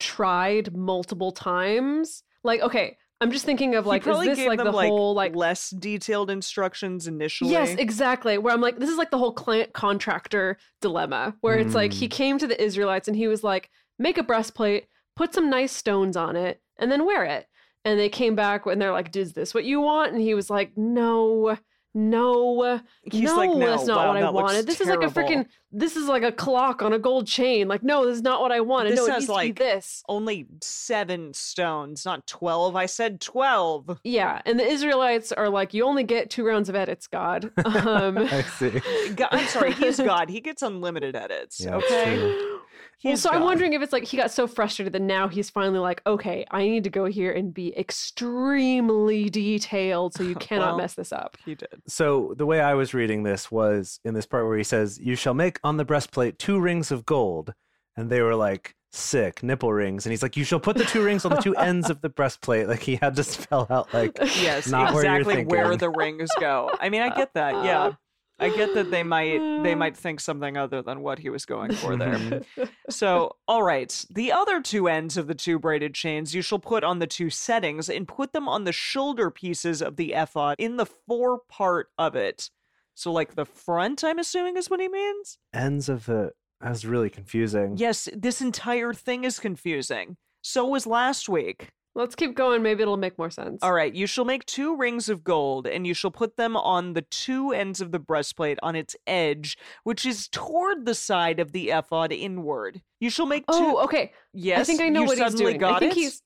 Speaker 4: tried multiple times? Like, okay, I'm just thinking of
Speaker 2: He
Speaker 4: like, is
Speaker 2: probably
Speaker 4: this
Speaker 2: gave
Speaker 4: like
Speaker 2: them
Speaker 4: the whole like
Speaker 2: less detailed instructions initially.
Speaker 4: Yes, exactly. Where I'm like, this is like the whole client contractor dilemma, where it's like
Speaker 2: Hmm.
Speaker 4: he came to the Israelites and he was like, make a breastplate, put some nice stones on it, and then wear it. And they came back and they're like, is this what you want? And he was like, no, no,
Speaker 2: He's
Speaker 4: no,
Speaker 2: like, no,
Speaker 4: that's not
Speaker 2: wow,
Speaker 4: what I
Speaker 2: that looks
Speaker 4: wanted. This is like a
Speaker 2: terrible."
Speaker 4: freaking, this is like a clock on a gold chain. Like, no, this is not what I wanted.
Speaker 2: This
Speaker 4: no, it
Speaker 2: has,
Speaker 4: needs
Speaker 2: like-
Speaker 4: to be this.
Speaker 2: Only seven stones, not twelve. I said twelve.
Speaker 4: Yeah, and the Israelites are like, you only get two rounds of
Speaker 2: [laughs]
Speaker 4: edits, God. Um,
Speaker 3: I see.
Speaker 2: Go- I'm sorry, [laughs] he's God. He gets unlimited edits.
Speaker 3: Yeah, that's
Speaker 2: okay.
Speaker 3: true.
Speaker 4: Well,
Speaker 2: He's
Speaker 4: so I'm
Speaker 2: God.
Speaker 4: wondering if it's like he got so frustrated that now he's finally like, okay, I need to go here and be extremely detailed so you cannot
Speaker 2: [laughs] Well-
Speaker 4: mess this up.
Speaker 2: He did.
Speaker 3: So the way I was reading this was in this part where he says, "You shall make on the breastplate two rings of gold," and they were like sick nipple rings, and he's like, "You shall put the two rings on the two ends of the breastplate." [laughs] Like he had to spell out like
Speaker 2: Yes,
Speaker 3: Not where you're
Speaker 2: exactly where,
Speaker 3: thinking.
Speaker 2: the rings go. I mean, I get that. Yeah. I get that they might they might think something other than what he was going for there.
Speaker 3: Mm-hmm.
Speaker 2: so, all right, the other two ends of the two braided chains you shall put on the two settings and put them on the shoulder pieces of the ephod in the fore part of it. So, like the front, I'm assuming is what he means.
Speaker 3: ends of the. That was really confusing.
Speaker 2: Yes, this entire thing is confusing. So was last week.
Speaker 4: [laughs] Let's keep going. Maybe it'll make more sense.
Speaker 2: All right, you shall make two rings of gold, and you shall put them on the two ends of the breastplate on its edge, which is toward the side of the ephod inward. You shall make two.
Speaker 4: Oh, okay.
Speaker 2: yes,
Speaker 4: I think I know
Speaker 2: you
Speaker 4: what he's
Speaker 2: suddenly
Speaker 4: doing.
Speaker 2: Got
Speaker 4: I think
Speaker 2: it?
Speaker 4: he's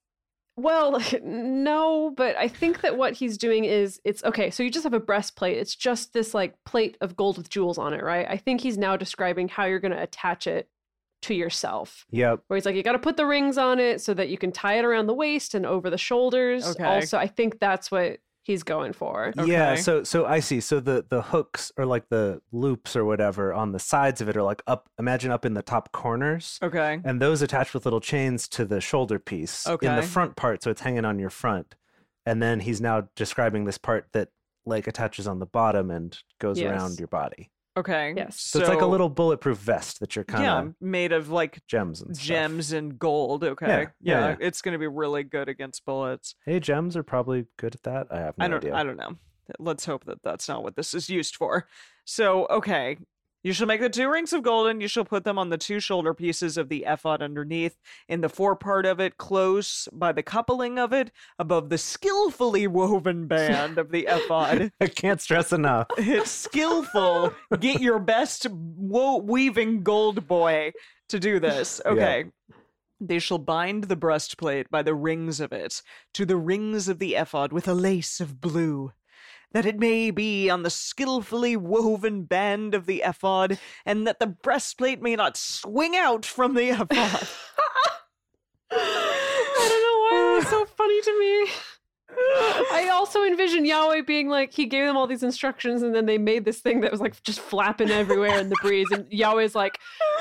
Speaker 4: well, [laughs] no, but I think that what he's doing is it's okay. So you just have a breastplate. It's just this like plate of gold with jewels on it, right? I think he's now describing how you're going to attach it to yourself.
Speaker 3: Yep.
Speaker 4: where he's like, you got to put the rings on it so that you can tie it around the waist and over the shoulders.
Speaker 2: Okay.
Speaker 4: Also, I think that's what he's going for.
Speaker 3: Yeah.
Speaker 2: Okay.
Speaker 3: So so I see. So the the hooks or like the loops or whatever on the sides of it are like up. Imagine up in the top corners.
Speaker 2: okay.
Speaker 3: and those attached with little chains to the shoulder piece in the
Speaker 2: Okay.
Speaker 3: front part so it's hanging on your front and then he's now describing this part that like attaches on the bottom and goes
Speaker 4: Yes.
Speaker 3: around your body
Speaker 2: Okay.
Speaker 4: Yes.
Speaker 3: so, it's like a little bulletproof vest that you're kind
Speaker 2: yeah,
Speaker 3: of
Speaker 2: made of like
Speaker 3: gems and stuff.
Speaker 2: gems and gold. Okay.
Speaker 3: Yeah, yeah, yeah.
Speaker 2: it's gonna be really good against bullets.
Speaker 3: hey gems are probably good at that i have no
Speaker 2: I don't.
Speaker 3: idea
Speaker 2: I don't know. Let's hope that that's not what this is used for. So, okay. You shall make the two rings of gold, and you shall put them on the two shoulder pieces of the ephod underneath, in the forepart of it, close by the coupling of it, above the skillfully woven band of the ephod.
Speaker 3: [laughs] I can't stress enough
Speaker 2: It's [laughs] skillful. Get your best wo- weaving gold boy to do
Speaker 4: [laughs]
Speaker 2: this.
Speaker 3: Yeah.
Speaker 2: Okay. They shall bind the breastplate by the rings of it to the rings of the ephod with a lace of blue, that it may be on the skillfully woven band of the ephod, and that the breastplate may not swing out from
Speaker 4: [laughs]
Speaker 2: the ephod.
Speaker 4: I don't know why
Speaker 2: [laughs]
Speaker 4: that's so funny to me. I also envision Yahweh being like, he gave them all these instructions and then they made this thing that was like just flapping everywhere in the breeze. And Yahweh's like,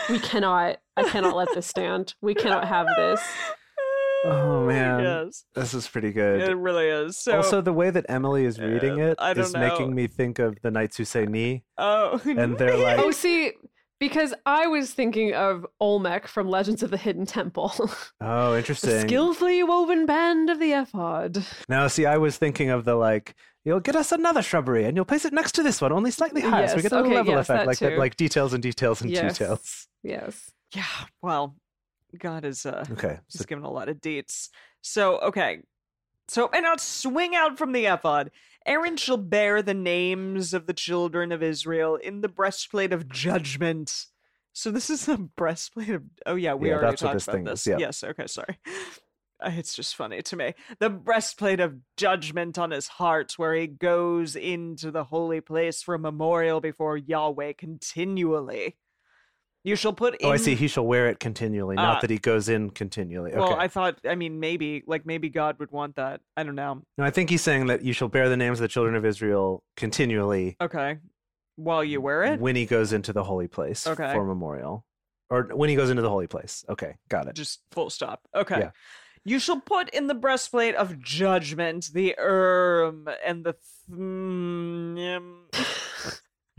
Speaker 4: we cannot, I cannot let this stand. We cannot have this.
Speaker 2: [laughs]
Speaker 3: oh man
Speaker 2: yes,
Speaker 3: this is pretty good
Speaker 2: it really is. So,
Speaker 3: also the way that emily is reading
Speaker 2: Uh,
Speaker 3: it
Speaker 2: I don't
Speaker 3: is
Speaker 2: know.
Speaker 3: making me think of the knights who say knee
Speaker 2: oh, [laughs]
Speaker 3: and they're like
Speaker 4: Oh, see, because I was thinking of Olmec from Legends of the Hidden Temple. [laughs]
Speaker 3: oh
Speaker 4: The
Speaker 3: interesting
Speaker 4: skillfully woven band of the ephod.
Speaker 3: Now, see, I was thinking of the like, you'll get us another shrubbery and you'll place it next to this one, only slightly higher. so we
Speaker 4: Yes,
Speaker 3: get the
Speaker 4: okay,
Speaker 3: level
Speaker 4: yes,
Speaker 3: effect,
Speaker 4: that
Speaker 3: like
Speaker 4: too.
Speaker 3: that, like details and details and
Speaker 4: Yes.
Speaker 3: details.
Speaker 4: Yes.
Speaker 2: yeah. Well, God is uh,
Speaker 3: Okay.
Speaker 2: He's
Speaker 3: So,
Speaker 2: given a lot of dates. So, okay. So, and now swing out from the ephod. Aaron shall bear the names of the children of Israel in the breastplate of judgment. So this is a breastplate of. Oh yeah, we
Speaker 3: Yeah,
Speaker 2: already
Speaker 3: that's what
Speaker 2: talked
Speaker 3: this
Speaker 2: about
Speaker 3: thing
Speaker 2: this.
Speaker 3: is, yeah.
Speaker 2: Yes. Okay. Sorry. [laughs] Uh, It's just funny to me. The breastplate of judgment on his heart, where he goes into the holy place for a memorial before Yahweh continually. You shall put in.
Speaker 3: Oh, I see. He shall wear it continually, not
Speaker 2: Ah.
Speaker 3: that he goes in continually. Okay.
Speaker 2: Well, I thought. I mean, maybe like maybe God would want that. I don't know.
Speaker 3: no, I think he's saying that you shall bear the names of the children of Israel continually
Speaker 2: Okay, while you wear it,
Speaker 3: when he goes into the holy place
Speaker 2: Okay.
Speaker 3: for memorial, or when he goes into the holy place. Okay, got
Speaker 4: [laughs]
Speaker 3: it.
Speaker 2: just full stop. Okay.
Speaker 3: Yeah.
Speaker 2: You shall put in the breastplate of judgment the erm and the th- mm,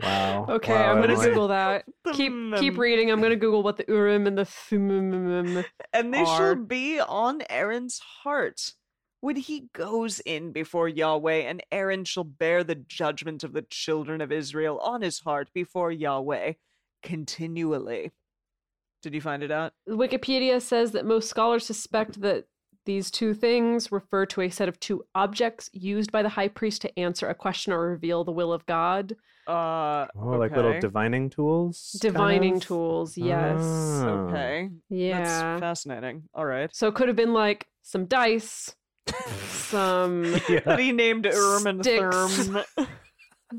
Speaker 3: Wow.
Speaker 4: Okay,
Speaker 3: Wow,
Speaker 4: I'm gonna
Speaker 3: Emily.
Speaker 4: Google that. Keep keep
Speaker 2: Thummim.
Speaker 4: reading. I'm gonna Google what the urim and the thummim.
Speaker 2: and they
Speaker 4: Are-
Speaker 2: shall be on Aaron's heart when he goes in before Yahweh, and Aaron shall bear the judgment of the children of Israel on his heart before Yahweh continually. Did you find it out?
Speaker 4: Wikipedia says that most scholars suspect that these two things refer to a set of two objects used by the high priest to answer a question or reveal the will of God.
Speaker 2: Uh,
Speaker 3: Oh, like little
Speaker 2: okay.
Speaker 3: divining tools. kind
Speaker 4: Divining
Speaker 3: of?
Speaker 4: tools, yes.
Speaker 3: Ah.
Speaker 4: [laughs]
Speaker 2: Okay,
Speaker 4: yeah.
Speaker 2: that's fascinating. All right.
Speaker 4: So it could have been like some dice, some
Speaker 3: Yeah.
Speaker 2: [laughs] But he named Urim and
Speaker 4: Sticks. [laughs]
Speaker 2: Thurim.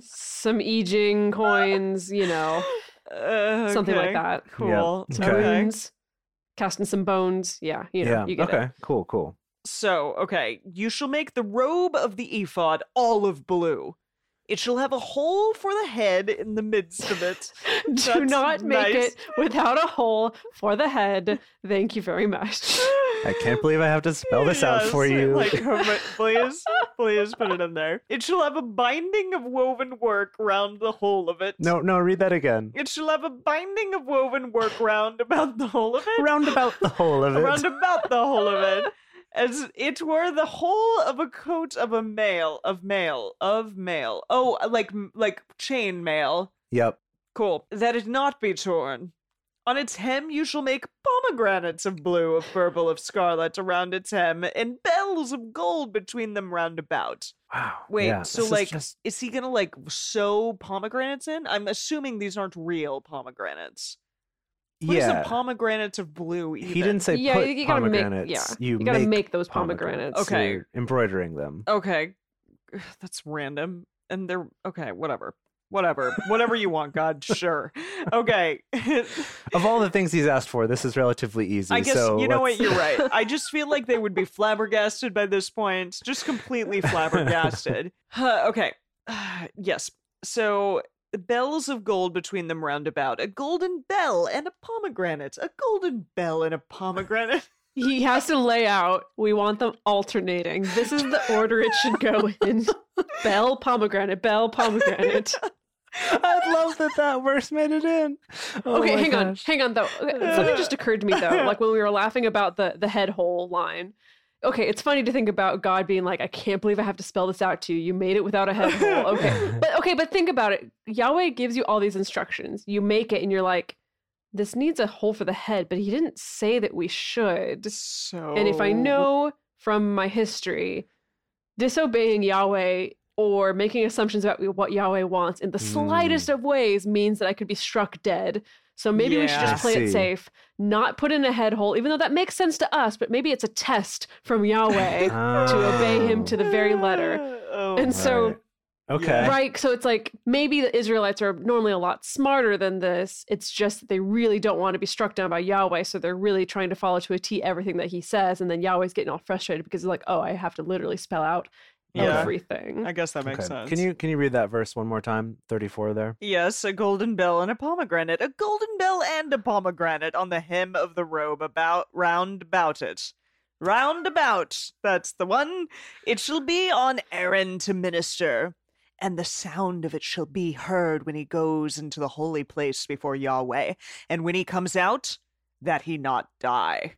Speaker 4: some I Ching coins, you
Speaker 2: [laughs]
Speaker 4: know,
Speaker 2: Uh,
Speaker 4: something like
Speaker 2: okay,
Speaker 4: that.
Speaker 2: Cool.
Speaker 4: Some
Speaker 3: Okay.
Speaker 2: okay.
Speaker 4: bones, casting some bones. Yeah, you know,
Speaker 3: yeah.
Speaker 4: you get
Speaker 3: okay.
Speaker 4: it.
Speaker 3: Cool. Cool.
Speaker 2: So, okay, you shall make the robe of the ephod olive blue. It shall have a hole for the head in the midst of it.
Speaker 4: [laughs] Do
Speaker 2: That's
Speaker 4: not make
Speaker 2: nice.
Speaker 4: it without a hole for the head. Thank you very much.
Speaker 3: I can't believe I have to spell this out for
Speaker 2: Yes,
Speaker 3: you.
Speaker 2: Like,
Speaker 3: [laughs]
Speaker 2: homer- please, please put it in there. It shall have a binding of woven work round the whole of it.
Speaker 3: no, no. Read that again.
Speaker 2: It shall have a binding of woven work round about the whole of it.
Speaker 3: Round about the whole of it.
Speaker 2: around about the whole of it, as it were the whole of a coat of a male of male of male. Oh, like like chain mail.
Speaker 3: yep.
Speaker 2: Cool. That it not be torn. On its hem you shall make pomegranates of blue, of purple, of scarlet around its hem, and bells of gold between them round about.
Speaker 3: Wow.
Speaker 2: Wait,
Speaker 3: yeah,
Speaker 2: so
Speaker 3: this is
Speaker 2: like,
Speaker 3: just-
Speaker 2: is he gonna like sew pomegranates in? I'm assuming these aren't real pomegranates. What is
Speaker 3: yeah.
Speaker 2: a pomegranate of blue? Even?
Speaker 3: He didn't say
Speaker 4: yeah,
Speaker 3: put
Speaker 4: you gotta make.
Speaker 3: pomegranates.
Speaker 4: Yeah,
Speaker 3: you,
Speaker 4: you, gotta make,
Speaker 3: make
Speaker 4: those
Speaker 3: pomegranates.
Speaker 4: pomegranates.
Speaker 2: Okay.
Speaker 3: You're embroidering them.
Speaker 2: okay that's random and they're okay whatever whatever whatever you want god sure okay [laughs]
Speaker 3: Of all the things he's asked for, this is relatively easy.
Speaker 2: i guess
Speaker 3: so
Speaker 2: you know
Speaker 3: let's-
Speaker 2: what you're
Speaker 3: [laughs]
Speaker 2: right i just feel like they would be flabbergasted by this point just completely
Speaker 3: [laughs]
Speaker 2: flabbergasted Huh, okay [sighs] yes so bells of gold between them round about a golden bell and a pomegranate a golden bell and a pomegranate [laughs]
Speaker 4: He has to lay out. We want them alternating. This is the order it should go
Speaker 3: [laughs]
Speaker 4: in. Bell pomegranate, bell pomegranate.
Speaker 3: I love that that verse made it in. [laughs] Oh
Speaker 4: okay,
Speaker 3: my
Speaker 4: hang on,
Speaker 3: gosh.
Speaker 4: hang on though.
Speaker 3: [laughs]
Speaker 4: Okay, Something just occurred to me though, like when we were laughing about the the head hole line. Okay, it's funny to think about God being like, I can't believe I have to spell this out to you. You made it without a head
Speaker 3: [laughs]
Speaker 4: hole. Okay, but okay, but think about it. Yahweh gives you all these instructions. You make it, and you're like, this needs a hole for the head, but He didn't say that we should.
Speaker 2: so
Speaker 4: And
Speaker 3: Oh.
Speaker 4: if I know from my history, disobeying Yahweh or making assumptions about what Yahweh wants in the
Speaker 3: Hmm.
Speaker 4: slightest of ways means that I could be struck dead. So maybe we should
Speaker 2: Yeah.
Speaker 4: just play
Speaker 3: I see.
Speaker 4: it safe, not put in a head hole, even though that makes sense to us, but maybe it's a test from Yahweh [laughs] to obey him to the very letter.
Speaker 2: [laughs] oh,
Speaker 4: And so
Speaker 3: Ah. Right. [laughs] Okay.
Speaker 2: Yeah.
Speaker 4: Right. So it's like maybe the Israelites are normally a lot smarter than this. It's just that they really don't want to be struck down by Yahweh. So they're really trying to follow to a T everything that he says. And then Yahweh's getting all frustrated because he's like, oh, I have to literally spell out
Speaker 2: yeah
Speaker 4: everything.
Speaker 2: i guess that makes
Speaker 3: Okay.
Speaker 2: sense
Speaker 3: Can you can you read that verse one more time? Thirty four there.
Speaker 2: Yes, a golden bell and a pomegranate, a golden bell and a pomegranate on the hem of the robe about round about it. Round about, that's the one. It shall be on Aaron to minister, and the sound of it shall be heard when he goes into the holy place before Yahweh, and when he comes out, that he not die.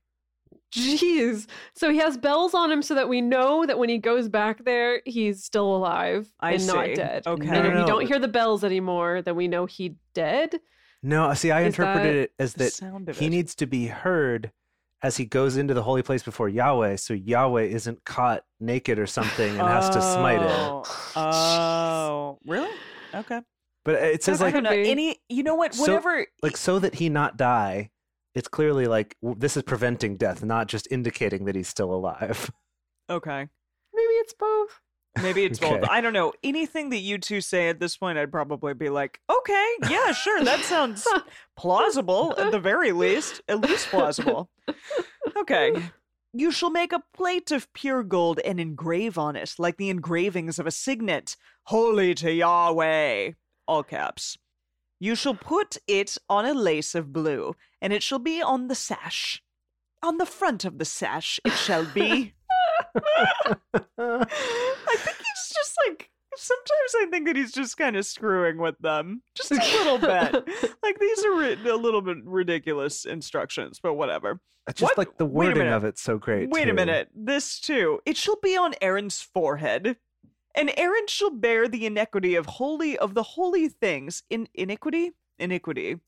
Speaker 4: [laughs] Jeez. So he has bells on him so that we know that when he goes back there, he's still alive
Speaker 2: I
Speaker 4: and not
Speaker 2: see. Oh,
Speaker 4: dead.
Speaker 2: Okay.
Speaker 4: And if
Speaker 3: No,
Speaker 4: we
Speaker 3: no.
Speaker 4: don't hear the bells anymore, then we know he
Speaker 2: [sighs]
Speaker 4: dead.
Speaker 3: No, see, I
Speaker 4: Is
Speaker 3: interpreted
Speaker 4: that-
Speaker 3: it as
Speaker 2: The
Speaker 3: that
Speaker 2: sound of
Speaker 3: he
Speaker 2: it.
Speaker 3: needs to be heard as he goes into the holy place before Yahweh, so Yahweh isn't caught naked or something and has to smite it.
Speaker 2: Oh, Oh, really? Okay.
Speaker 3: But it says
Speaker 4: That's
Speaker 3: like
Speaker 2: I don't know.
Speaker 4: could be.
Speaker 2: Any, you know what?
Speaker 3: So-
Speaker 2: Whatever.
Speaker 3: like so that he not die. It's clearly like w- this is [laughs] preventing death, not just indicating that he's still alive.
Speaker 2: okay.
Speaker 4: Maybe it's both.
Speaker 2: Maybe it's both.
Speaker 3: Okay.
Speaker 2: I don't know. Anything that you two say at this point, I'd probably be like, okay, yeah, sure. That sounds plausible at the very least. At least plausible. Okay. You shall make a plate of pure gold and engrave on it, like the engravings of a signet, holy to Yahweh. All caps. You shall put it on a lace of blue, and it shall be on the sash. On the front of the sash, it shall be. I think he's just like sometimes I think that he's just kind of screwing with them just a little bit. Like these are ri- a little bit ridiculous instructions, but whatever.
Speaker 3: Just
Speaker 2: What?
Speaker 3: like the
Speaker 2: Wait a
Speaker 3: wording
Speaker 2: minute.
Speaker 3: of it's so great.
Speaker 2: Wait a
Speaker 3: too.
Speaker 2: minute. This too. It shall be on Aaron's forehead. And Aaron shall bear the iniquity of holy of the holy things in iniquity iniquity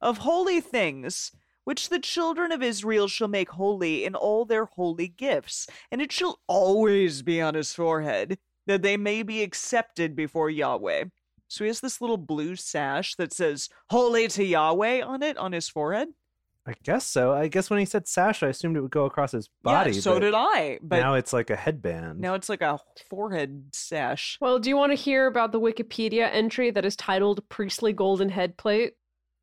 Speaker 2: of holy things which the children of Israel shall make holy in all their holy gifts and it shall always be on his forehead that they may be accepted before Yahweh. So he has this little blue sash that says holy to Yahweh on it on his forehead.
Speaker 3: I guess so. I guess when he said sash, I assumed it would go across his body.
Speaker 2: yeah, so
Speaker 3: but
Speaker 2: did I, but
Speaker 3: now it's like a headband.
Speaker 2: Now it's like a forehead sash.
Speaker 4: Well, do you want to hear about the Wikipedia entry that is titled Priestly Golden Head Plate?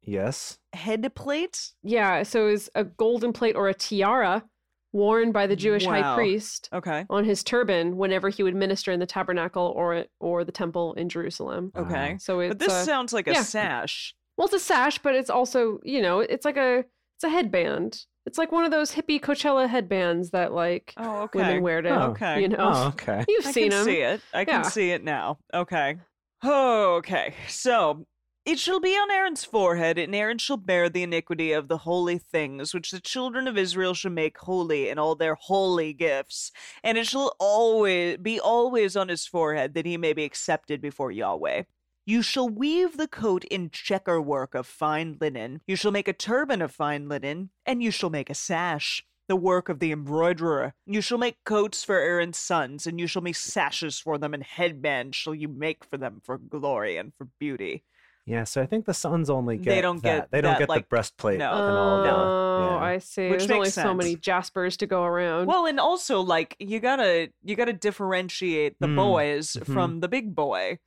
Speaker 3: yes.
Speaker 2: Head plate?
Speaker 4: Yeah, so is a golden plate or a tiara worn by the Jewish
Speaker 2: Wow.
Speaker 4: high priest
Speaker 2: Okay.
Speaker 4: on his turban whenever he would minister in the tabernacle or or the temple in Jerusalem.
Speaker 3: Wow.
Speaker 2: Okay.
Speaker 4: So it's
Speaker 2: But this
Speaker 4: uh,
Speaker 2: sounds like a
Speaker 4: yeah.
Speaker 2: sash.
Speaker 4: well, it's a sash, but it's also you know it's like a it's a headband. It's like one of those hippie Coachella headbands that like
Speaker 2: Oh, okay.
Speaker 4: women wear to
Speaker 3: Oh.
Speaker 2: okay.
Speaker 4: you know
Speaker 3: Oh, okay.
Speaker 4: [laughs] you've
Speaker 2: I
Speaker 4: seen
Speaker 2: can
Speaker 4: them.
Speaker 2: see it. I
Speaker 4: Yeah.
Speaker 2: can see it now. Okay. Okay. So it shall be on Aaron's forehead, and Aaron shall bear the iniquity of the holy things which the children of Israel shall make holy in all their holy gifts, and it shall always be always on his forehead that he may be accepted before Yahweh. You shall weave the coat in checker work of fine linen. You shall make a turban of fine linen, and you shall make a sash, the work of the embroiderer. You shall make coats for Aaron's sons, and you shall make sashes for them, and headbands shall you make for them for glory and for beauty.
Speaker 3: Yeah, so I think the sons only
Speaker 2: They
Speaker 3: get
Speaker 2: don't
Speaker 3: that.
Speaker 2: get
Speaker 3: they don't
Speaker 2: that,
Speaker 3: get the
Speaker 2: like-
Speaker 3: breastplate
Speaker 2: no.
Speaker 3: and all that.
Speaker 4: Oh,
Speaker 3: Yeah.
Speaker 4: I see.
Speaker 2: Which
Speaker 4: There's only
Speaker 2: makes
Speaker 4: so
Speaker 2: sense.
Speaker 4: many Jaspers to go
Speaker 3: Mm.
Speaker 4: around.
Speaker 2: Well, and also like you gotta you gotta differentiate the
Speaker 3: Mm.
Speaker 2: boys
Speaker 3: Mhm.
Speaker 2: from the big boy,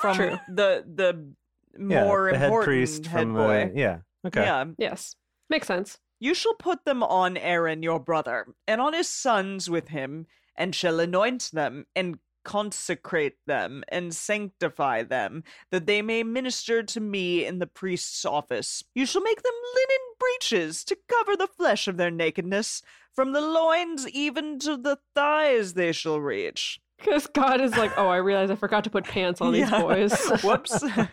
Speaker 2: from
Speaker 4: True.
Speaker 2: the the
Speaker 3: Yeah,
Speaker 2: more
Speaker 3: the head
Speaker 2: important
Speaker 3: priest
Speaker 2: head
Speaker 3: from
Speaker 2: boy.
Speaker 3: the yeah. Okay.
Speaker 2: Yeah,
Speaker 4: yes, makes sense.
Speaker 2: You shall put them on Aaron your brother, and on his sons with him, and shall anoint them, and consecrate them, and sanctify them, that they may minister to me in the priest's office. You shall make them linen breeches to cover the flesh of their nakedness. From the loins even to the thighs they shall reach.
Speaker 4: Because God is like, oh, I realized I forgot to put pants on these
Speaker 2: Yeah.
Speaker 4: boys.
Speaker 2: [laughs] Whoops.
Speaker 4: I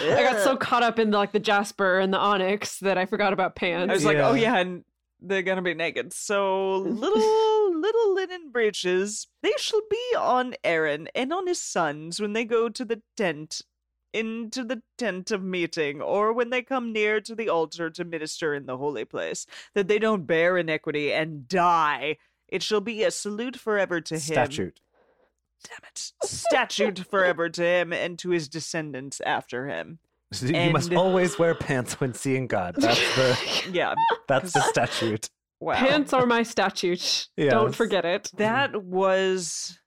Speaker 4: got so caught up in like the Jasper and the Onyx that I forgot about pants.
Speaker 2: I was like,
Speaker 3: Yeah.
Speaker 2: oh yeah, and they're gonna be naked. So little little linen breeches. They shall be on Aaron and on his sons when they go to the tent into the tent of meeting or when they come near to the altar to minister in the holy place that they don't bear iniquity and die it shall be a salute forever to him
Speaker 3: Statute.
Speaker 2: damn it statute forever to him and to his descendants after him
Speaker 3: [laughs] You must
Speaker 2: And-
Speaker 3: always wear pants when
Speaker 2: [laughs]
Speaker 3: seeing God.
Speaker 4: [laughs]
Speaker 3: That's the
Speaker 2: yeah
Speaker 3: that's the statute.
Speaker 2: wow
Speaker 4: Pants are my statute. Don't
Speaker 3: Yes.
Speaker 4: forget it.
Speaker 2: That was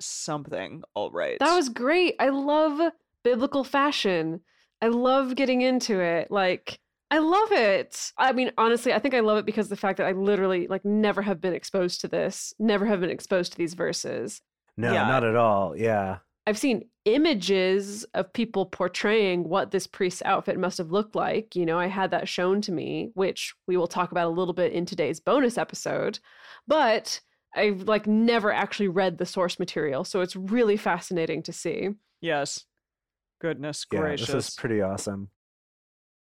Speaker 2: something, all right.
Speaker 4: That was great. I love biblical fashion. I love getting into it. Like, I love it. I mean, honestly, I think I love it because of the fact that I literally like never have been exposed to this, never have been exposed to these verses.
Speaker 3: No,
Speaker 2: Yeah.
Speaker 3: not at all. Yeah.
Speaker 4: I've seen images of people portraying what this priest's outfit must have looked like. You know, I had that shown to me, which we will talk about a little bit in today's bonus episode. But I've like never actually read the source material, so it's really fascinating to see.
Speaker 2: yes. Goodness
Speaker 3: Yeah.
Speaker 2: gracious.
Speaker 3: This is pretty awesome.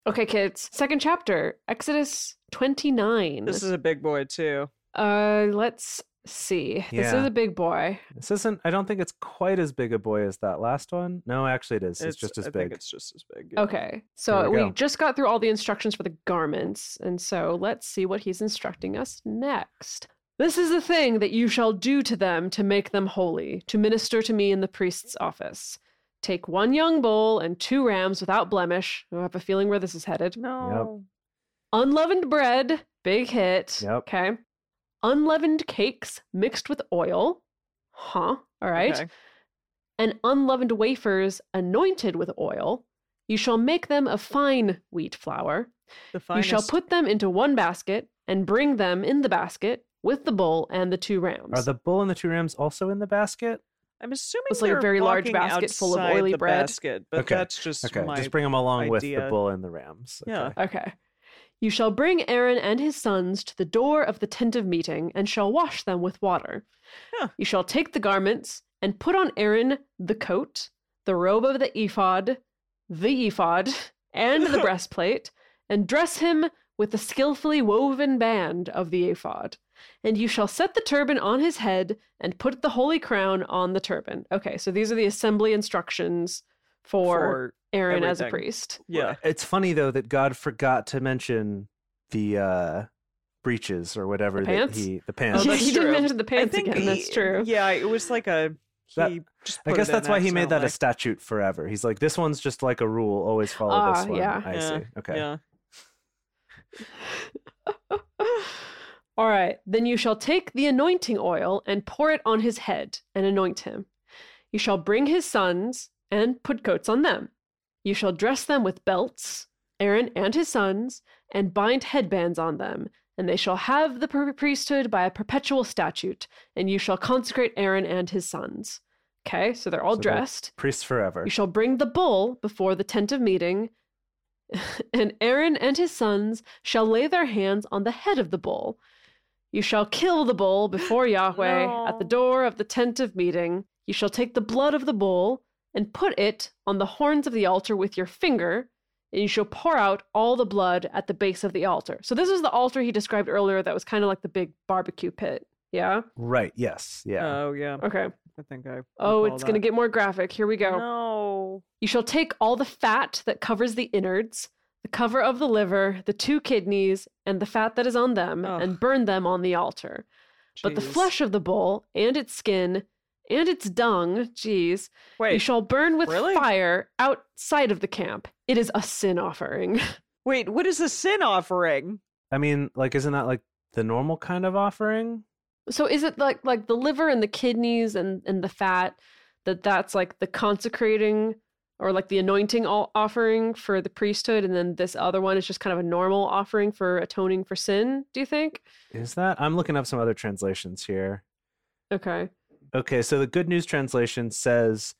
Speaker 4: Okay, kids. Second chapter, Exodus 29.
Speaker 2: This is a big boy too.
Speaker 4: uh let's see. This is
Speaker 3: Yeah.
Speaker 4: a big boy.
Speaker 3: This isn't I don't think it's quite as big a boy as that last one. No, actually it is. It's, just as
Speaker 2: I think
Speaker 3: big.
Speaker 2: it's just as big. yeah.
Speaker 4: Okay. So
Speaker 3: Here
Speaker 4: we,
Speaker 3: we go.
Speaker 4: just got through all the instructions for the garments, and so let's see what he's instructing us next. This is the thing that you shall do to them to make them holy, to minister to me in the priest's office. Take one young bull and two rams without blemish. I have a feeling where this is headed.
Speaker 2: No.
Speaker 4: unleavened bread, big hit.
Speaker 3: Yep.
Speaker 4: Okay. Unleavened cakes mixed with oil. Huh. All right.
Speaker 2: Okay.
Speaker 4: And unleavened wafers anointed with oil. You shall make them of fine wheat flour.
Speaker 2: The
Speaker 4: You shall
Speaker 2: finest-
Speaker 4: put them into one basket and bring them in the basket with the bowl and the two rounds.
Speaker 3: Are the bull and the two rams also in the basket?
Speaker 2: I'm assuming
Speaker 4: It's like a
Speaker 2: they're
Speaker 4: very large
Speaker 2: walking
Speaker 4: basket full of
Speaker 2: outside
Speaker 4: oily
Speaker 2: the
Speaker 4: bread.
Speaker 2: Basket, but
Speaker 3: Okay.
Speaker 2: that's just
Speaker 3: Okay,
Speaker 2: my.
Speaker 3: just bring them along with the
Speaker 2: idea.
Speaker 3: bull and the rams. Okay.
Speaker 2: Yeah.
Speaker 4: Okay. You shall bring Aaron and his sons to the door of the tent of meeting and shall wash them with water.
Speaker 2: Huh.
Speaker 4: You shall take the garments and put on Aaron the coat, the robe of the ephod, the ephod,
Speaker 2: [laughs]
Speaker 4: and the breastplate, and dress him with the skillfully woven band of the ephod. And you shall set the turban on his head and put the holy crown on the turban. Okay, so these are the assembly instructions for,
Speaker 2: for
Speaker 4: Aaron as a
Speaker 2: everything.
Speaker 4: priest.
Speaker 2: yeah.
Speaker 3: It's funny though that God forgot to mention the uh breeches or whatever
Speaker 4: The
Speaker 3: that
Speaker 4: pants?
Speaker 3: he the
Speaker 2: Oh,
Speaker 3: pants.
Speaker 4: yeah,
Speaker 2: that's
Speaker 4: he didn't
Speaker 2: true.
Speaker 4: mention the pants again. that's
Speaker 2: he-
Speaker 4: true.
Speaker 2: Yeah, it was like a. He
Speaker 3: That-
Speaker 2: just
Speaker 3: [laughs] I
Speaker 2: put
Speaker 3: guess
Speaker 2: it in
Speaker 3: that's why he made that a
Speaker 2: accidentally.
Speaker 3: statute forever. He's like, this one's just like a rule. Always follow this
Speaker 4: Ah,
Speaker 3: one.
Speaker 4: yeah.
Speaker 3: I
Speaker 2: Yeah,
Speaker 3: see. Okay.
Speaker 2: Yeah.
Speaker 4: [sighs] All right. Then you shall take the anointing oil and pour it on his head and anoint him. You shall bring his sons and put coats on them. You shall dress them with belts, Aaron and his sons, and bind headbands on them. And they shall have the per- priesthood by a perpetual statute, and you shall consecrate Aaron and his sons. Okay, so they're all
Speaker 3: So they're-
Speaker 4: dressed.
Speaker 3: Priests forever.
Speaker 4: You shall bring the bull before the tent of meeting, [laughs] and Aaron and his sons shall lay their hands on the head of the bull. You shall kill the bull before Yahweh at the
Speaker 2: No.
Speaker 4: door of the tent of meeting. You shall take the blood of the bull and put it on the horns of the altar with your finger, and you shall pour out all the blood at the base of the altar. So, this is the altar he described earlier that was kind of like the big barbecue pit. Yeah?
Speaker 3: Right. Yes. Yeah.
Speaker 2: Oh yeah.
Speaker 4: Okay.
Speaker 2: I think I.
Speaker 4: Oh,
Speaker 2: recall
Speaker 4: it's going to
Speaker 2: that.
Speaker 4: get more graphic. Here we go.
Speaker 2: No.
Speaker 4: You shall take all the fat that covers the innards, the cover of the liver, the two kidneys, and the fat that is on them,
Speaker 2: Ugh.
Speaker 4: and burn them on the altar. But the
Speaker 2: Jeez.
Speaker 4: flesh of the bull, and its skin, and its dung, geez, you
Speaker 2: Wait.
Speaker 4: shall burn with
Speaker 2: really?
Speaker 4: fire outside of the camp. It is a sin offering.
Speaker 2: Wait. What is a sin offering?
Speaker 3: I mean, like, isn't that like the normal kind of offering?
Speaker 4: so is it like like the liver and the kidneys and and the fat that that's like the consecrating or like the anointing all offering for the priesthood and then this other one is just kind of a normal offering for atoning for sin do you think
Speaker 3: Is that? I'm looking up some other translations here.
Speaker 4: okay
Speaker 3: Okay, so the Good News translation says,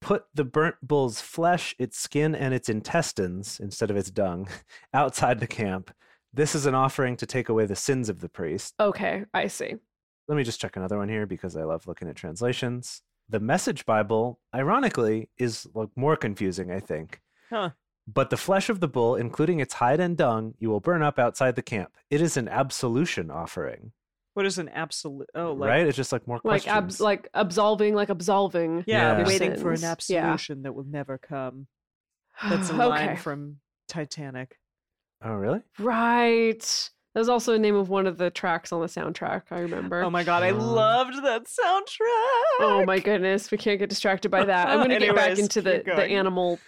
Speaker 3: "Put the burnt bull's flesh, its skin, and its intestines instead of its dung [laughs] outside the camp. This is an offering to take away the sins of the priest."
Speaker 4: okay i see
Speaker 3: Let me just check another one here because I love looking at translations. The Message Bible, ironically, is like more confusing, I think.
Speaker 2: Huh.
Speaker 3: But the flesh of the bull, including its hide and dung, you will burn up outside the camp. It is an absolution offering,
Speaker 2: What is an absolute? Oh, like,
Speaker 3: right? It's just like more
Speaker 4: like
Speaker 3: questions.
Speaker 4: abs like absolving like absolving
Speaker 2: Yeah,
Speaker 3: Yeah.
Speaker 2: waiting for an
Speaker 4: Sins. Yeah.
Speaker 2: absolution that will never come. That's a line
Speaker 4: [sighs] okay
Speaker 2: from Titanic.
Speaker 3: oh, really?
Speaker 4: right that was also the name of one of the tracks on the soundtrack i remember
Speaker 2: Oh my god, I
Speaker 3: Um,
Speaker 2: loved that soundtrack.
Speaker 4: Oh my goodness, we can't get distracted by that. I'm going to get back
Speaker 2: Anyways,
Speaker 4: into the,
Speaker 2: keep
Speaker 4: the
Speaker 2: going.
Speaker 4: animal,